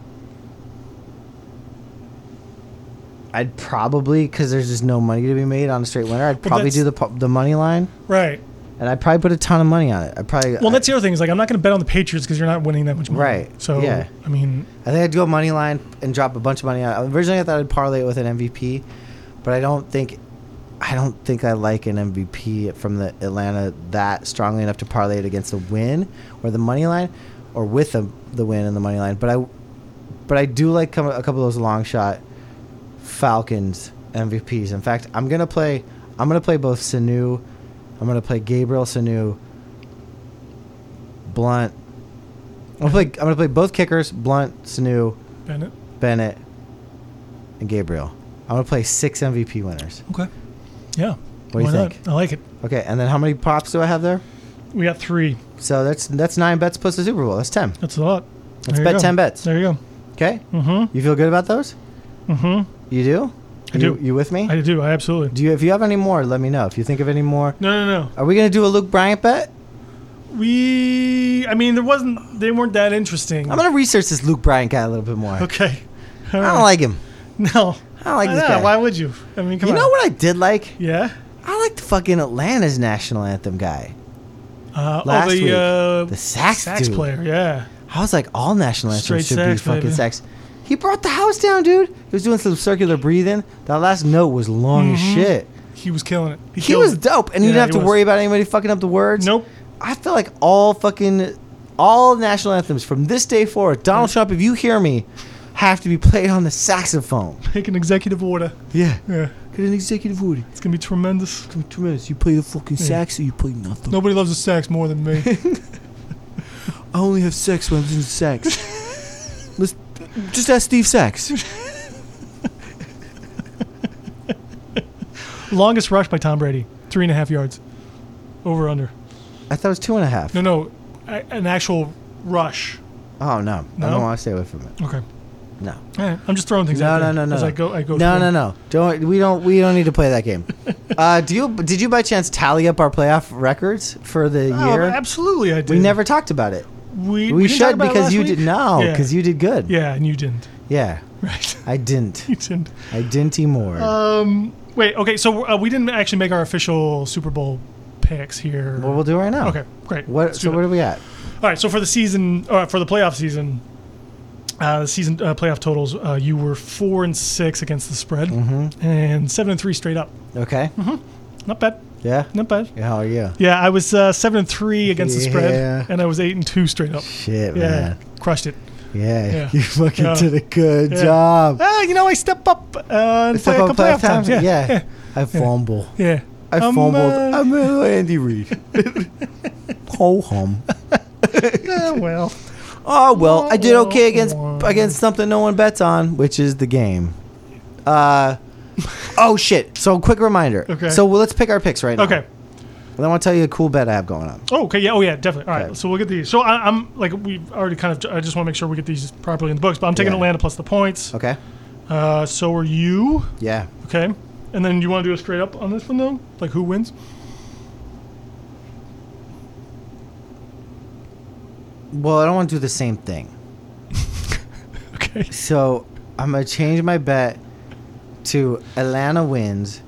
S2: I'd probably because there's just no money to be made on a straight winner. I'd probably
S3: that's-
S2: do the pu- the money line,
S3: Right.
S2: and I'd probably put a ton of money on it. I probably.
S3: Well, that's the other thing is like I'm not going to bet on the Patriots because you're not winning that much money.
S2: Right.
S3: So
S2: Yeah.
S3: I mean,
S2: I think I'd go money line and drop a bunch of money on. it. Originally, I thought I'd parlay it with an MVP, but I don't think, I don't think I like an MVP from the Atlanta that strongly enough to parlay it against the win or the money line, or with the the win and the money line. But I, but I do like com- a couple of those long shot Falcons MVPs. In fact, I'm gonna play. I'm gonna play both Sanu. I'm gonna play Gabriel Sanu. Blunt. I'm gonna play. I'm gonna play both kickers, Blunt, Sanu,
S3: Bennett.
S2: Bennett, and Gabriel. I'm gonna play six MVP winners.
S3: Okay. Yeah.
S2: What do you
S3: Why not?
S2: think?
S3: I like it.
S2: Okay, and then how many pops do I have there?
S3: We got three.
S2: So that's that's nine bets plus the Super Bowl. That's ten.
S3: That's a lot.
S2: Let's
S3: There you
S2: bet
S3: go.
S2: 10 bets.
S3: There you
S2: Okay,
S3: go. Mm-hmm.
S2: you feel good about those?
S3: Mm-hmm.
S2: You do?
S3: I
S2: you,
S3: do.
S2: You with me?
S3: I do. I absolutely.
S2: do you? If you have any more, let me know. If you think of any more,
S3: No, no,
S2: are we gonna do a Luke Bryant bet?
S3: no. We. I mean, there wasn't. They weren't that interesting.
S2: I'm gonna research this Luke Bryant guy a little bit more.
S3: okay. All
S2: I don't
S3: right.
S2: like him.
S3: No.
S2: I don't like
S3: I
S2: this
S3: know,
S2: guy.
S3: Why would you? I mean, come
S2: you
S3: on.
S2: know what I did like?
S3: Yeah.
S2: I liked fucking Atlanta's national anthem guy.
S3: Uh,
S2: Last
S3: oh, the
S2: week,
S3: uh,
S2: the sax dude.
S3: player. Yeah.
S2: I was like, all national anthems
S3: Straight
S2: should
S3: sax,
S2: be fucking
S3: baby.
S2: sax. He brought the house down, dude. He was doing some circular breathing. That last note was long as shit.
S3: He was killing it.
S2: He
S3: killed
S2: was
S3: it.
S2: dope, and you
S3: Mm-hmm.
S2: didn't
S3: Yeah,
S2: have
S3: he
S2: to
S3: was.
S2: worry about anybody fucking up the words.
S3: Nope.
S2: I feel like all fucking all national anthems from this day forward, Donald
S3: Mm.
S2: Trump, if you hear me, have to be played on the saxophone.
S3: Make an executive order.
S2: Yeah.
S3: Yeah.
S2: Get an executive order.
S3: It's gonna be tremendous.
S2: Tremendous. You play the fucking sax or you play nothing.
S3: Nobody loves the sax more than me.
S2: I only have sex when I'm in sex. Let's just ask Steve Sachs.
S3: Longest rush by Tom Brady, three and a half yards, over under.
S2: I thought it was two and a half.
S3: No, no, a- an actual rush.
S2: Oh no, I
S3: No?
S2: don't want to stay away from it.
S3: Okay,
S2: No,
S3: All right. I'm just throwing things
S2: no,
S3: out
S2: no,
S3: there
S2: no, no.
S3: as
S2: no.
S3: I go. I go.
S2: no, no,
S3: through.
S2: no. Don't we don't we don't need to play that game. uh, do you did you by chance tally up our playoff records for the
S3: Oh,
S2: year?
S3: absolutely, I did.
S2: We never talked about it.
S3: We,
S2: We,
S3: we didn't talk
S2: should
S3: about it
S2: because
S3: last
S2: you
S3: week?
S2: did no
S3: Yeah.
S2: because you did good.
S3: Yeah, and you didn't.
S2: Yeah,
S3: Right.
S2: I didn't.
S3: you didn't.
S2: I didn't eat more.
S3: Um. Wait. Okay. So uh, we didn't actually make our official Super Bowl picks here.
S2: what we'll do right now?
S3: okay. Great.
S2: What?
S3: Let's do
S2: So
S3: that.
S2: what are we at?
S3: All right. So for the season, uh, for the playoff season, uh, the season uh, playoff totals, uh, you were four and six against the spread,
S2: Mm-hmm.
S3: and seven and three straight up.
S2: Okay.
S3: Not bad.
S2: Yeah.
S3: Not bad.
S2: Yeah, How are you?
S3: Mm-hmm. Yeah, I was uh, seven and three against the
S2: Yeah.
S3: spread, and I was eight and two straight up.
S2: Shit,
S3: yeah,
S2: man.
S3: crushed it.
S2: Yeah,
S3: Yeah.
S2: you fucking
S3: Yeah.
S2: did a good
S3: Yeah.
S2: job.
S3: Ah, you know, I step up uh, and
S2: Except
S3: play a
S2: on
S3: couple
S2: playoff
S3: playoff times. Yeah,
S2: yeah.
S3: yeah,
S2: I fumble.
S3: yeah.
S2: I
S3: Um,
S2: fumbled.
S3: uh,
S2: I'm uh, Andy Reid. Ho hum.
S3: eh, well,
S2: Oh well, I did okay against
S3: Wah, wah.
S2: against something no one bets on, which is the game. Uh, oh shit! So quick reminder.
S3: Okay.
S2: So well, let's pick our picks right now.
S3: okay.
S2: And I want to tell you a cool bet I have going on.
S3: Oh, okay. Yeah. Oh, yeah. Definitely. All right.
S2: Okay.
S3: So we'll get these. So I, I'm like we've already kind of. I just want to make sure we get these properly in the books. But I'm taking
S2: Yeah.
S3: Atlanta plus the points.
S2: Okay.
S3: Uh, so are you?
S2: Yeah.
S3: Okay. And then you want to do a straight up on this one though? Like who wins?
S2: Well, I don't want to do the same thing.
S3: Okay.
S2: So I'm gonna change my bet to Atlanta wins,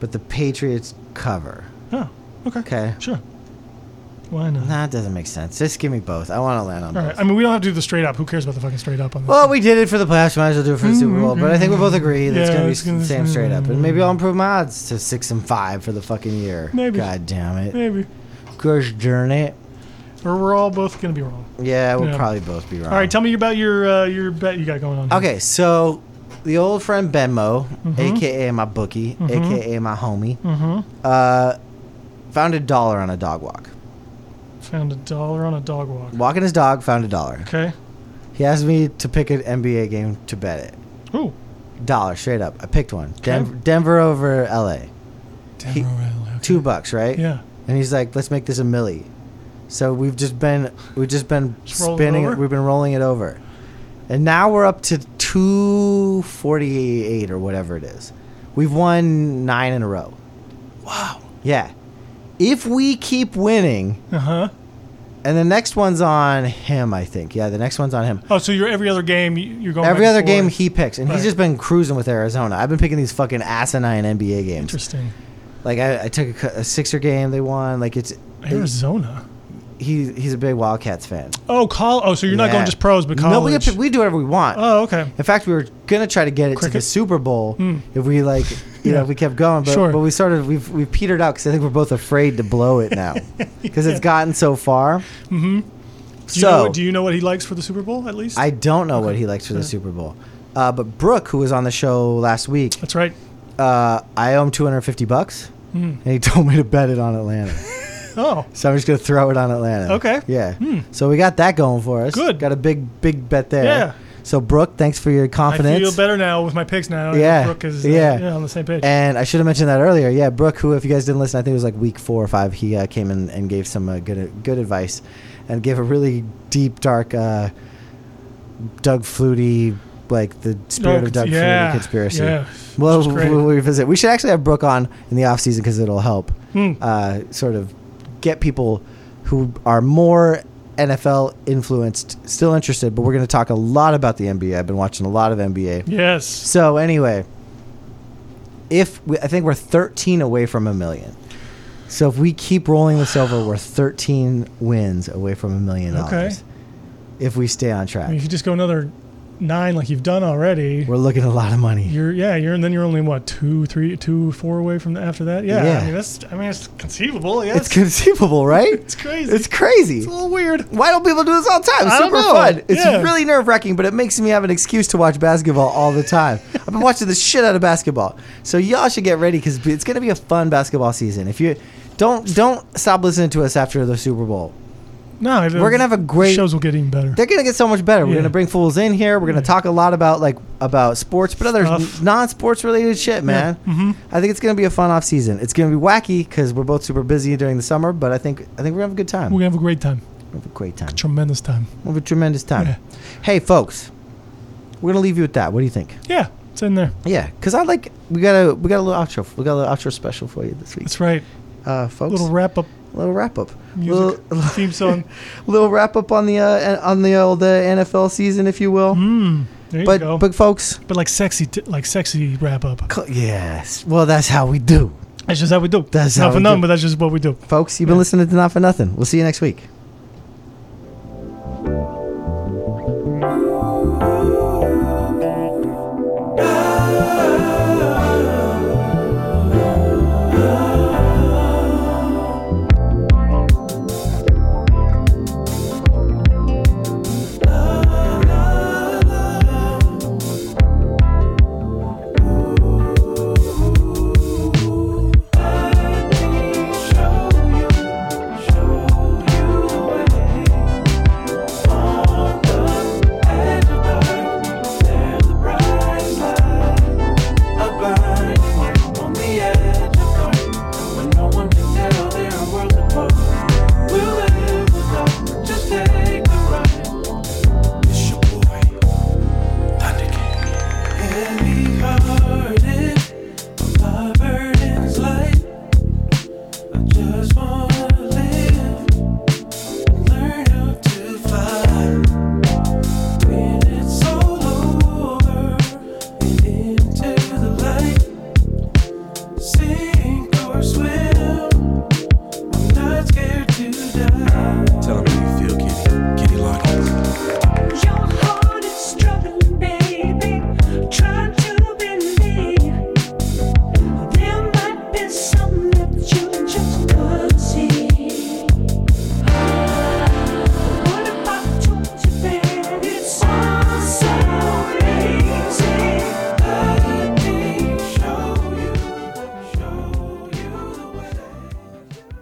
S2: but the Patriots cover.
S3: Oh. Okay.
S2: Okay.
S3: Sure. Why not?
S2: Nah, it doesn't make sense. Just give me both. I want to land on
S3: All
S2: both.
S3: right. I mean, we don't have to do the straight up. Who cares about the fucking straight up on this?
S2: Well, we did it for the playoffs. Might as well do it for the Super Bowl. But I think we both agree that it's
S3: Yeah,
S2: going to be
S3: it's gonna-
S2: Sam straight up. And maybe I'll improve my odds to six and five for the fucking year.
S3: Maybe.
S2: God damn it.
S3: Maybe.
S2: Gosh darn it.
S3: Or we're all both gonna be wrong.
S2: Yeah, we'll
S3: Yeah.
S2: probably both be wrong.
S3: All right. Tell me about your uh, your bet you got going on. here.
S2: Okay, so the old friend Benmo,
S3: Mm-hmm.
S2: aka my bookie, aka my homie, uh, found a dollar on a dog walk.
S3: Found a dollar on a dog walk.
S2: Walking his dog, found a dollar.
S3: Okay.
S2: He asked me to pick an NBA game to bet it.
S3: Ooh.
S2: Dollar straight up. I picked one. Den- Denver over LA.
S3: Denver.
S2: He-
S3: Royal, okay.
S2: Two bucks, right?
S3: Yeah.
S2: And he's like, "Let's make this a millie." So we've just been we've just been
S3: Just roll it
S2: spinning
S3: over?
S2: it. We've been rolling it over, and now we're up to two forty eight or whatever it is. We've won nine in a row.
S3: Wow.
S2: Yeah, if we keep winning,
S3: Uh huh.
S2: and the next one's on him, I think. Yeah, the next one's on him.
S3: Oh, so you're every other game you- you're going.
S2: Every
S3: back and
S2: other game
S3: forth.
S2: he picks, and
S3: Right.
S2: he's just been cruising with Arizona. I've been picking these fucking asinine NBA games.
S3: Interesting.
S2: Like I, I took a, cu- a Sixer game, they won. Like it's
S3: Arizona.
S2: he he's a big Wildcats fan.
S3: Oh, col. Oh, so you're not going
S2: Yeah.
S3: just pros, but
S2: No, we,
S3: college.
S2: get to- we do whatever we want.
S3: oh, okay.
S2: In fact, we were gonna try to get it to the
S3: Cricket?
S2: Super Bowl
S3: Hmm.
S2: if we like, you
S3: Yeah.
S2: know, we kept going. But,
S3: Sure.
S2: but we sort of we've we've petered out because I think we're both afraid to blow it now because it's gotten so far. Mm-hmm.
S3: Do
S2: So
S3: you, know, do you know what he likes for the Super Bowl at least?
S2: I don't know what he likes for the Super Bowl. Uh, but Brooke, who was on the show last week,
S3: That's right. Mm.
S2: uh, I owe him 250 bucks, and he told me to bet it on Atlanta.
S3: Oh,
S2: so I'm just gonna throw it on Atlanta.
S3: Okay. Hmm.
S2: Yeah. So we got that going for us.
S3: Good.
S2: Got a big big bet there.
S3: Yeah.
S2: So Brooke, thanks for your confidence.
S3: I feel better now with my picks now.
S2: Yeah,
S3: Brooke is uh,
S2: yeah.
S3: yeah on the same page.
S2: And I should have mentioned that earlier. Yeah, Brooke, who, if you guys didn't listen, I think it was like week four or five, he uh, came in and gave some uh, good good advice, and gave a really deep, dark, uh, Doug Flutie, like the spirit
S3: Oh,
S2: of Doug
S3: yeah,
S2: Flutie conspiracy.
S3: Yeah.
S2: Well,
S3: which is great.
S2: we'll revisit. We should actually have Brooke on in the off season because it'll help
S3: Hmm.
S2: uh, sort of get people who are more NFL influenced still interested. But we're going to talk a lot about the NBA. I've been watching a lot of NBA.
S3: Yes.
S2: So anyway, if we, I think we're 13 away from a million. So if we keep rolling this over, we're 13 wins away from a million
S3: Okay.
S2: dollars. If we stay on
S3: I mean,
S2: track,
S3: if you just go another nine like you've done already,
S2: we're looking at a lot of money.
S3: you're yeah, you're and then you're only what two, three, two, four away from after that. Yeah.
S2: Yeah.
S3: I mean that's I mean it's conceivable. Yeah.
S2: It's conceivable, right?
S3: it's crazy.
S2: It's crazy.
S3: It's a little weird.
S2: Why don't people do this all the time? It's
S3: I don't
S2: super
S3: know.
S2: fun. It's
S3: Yeah.
S2: really nerve wracking, but it makes me have an excuse to watch basketball all the time. I've been watching the shit out of basketball, so y'all should get ready because it's gonna be a fun basketball season. If you don't don't stop listening to us after the Super Bowl,
S3: No,
S2: We're gonna have a great-
S3: shows will get even better.
S2: they're gonna get so much better. We're
S3: Yeah.
S2: gonna bring fools in here. We're gonna talk a lot about like about sports, but other
S3: Stuff.
S2: non sports related shit, man.
S3: Mhm.
S2: I think it's gonna be a fun off season. It's gonna be wacky because we're both super busy during the summer, but I think I think we're gonna have a good time.
S3: We're
S2: We're
S3: gonna have a great time.
S2: gonna have a great time.
S3: Tremendous time.
S2: We'll have a tremendous time.
S3: Yeah.
S2: Hey, folks, we're gonna leave you with that. What do you think?
S3: Yeah, it's in there.
S2: Yeah, because I like we got a we got a little outro. We got a little outro special for you this week,
S3: That's right.
S2: uh, folks.
S3: Little
S2: Little,
S3: wrap up
S2: wrap up,
S3: music
S2: little
S3: theme song.
S2: little wrap up on the uh, on the old uh, NFL season, if you will.
S3: Mm, there you
S2: but
S3: go.
S2: but folks,
S3: But like sexy, t- like sexy wrap up.
S2: co- yes, well that's how we do,
S3: That's just how we do.
S2: That's
S3: Not
S2: how
S3: for
S2: we
S3: none,
S2: do.
S3: but that's just what we do.
S2: folks. You've been listening to Not for Nothing. We'll see you next week.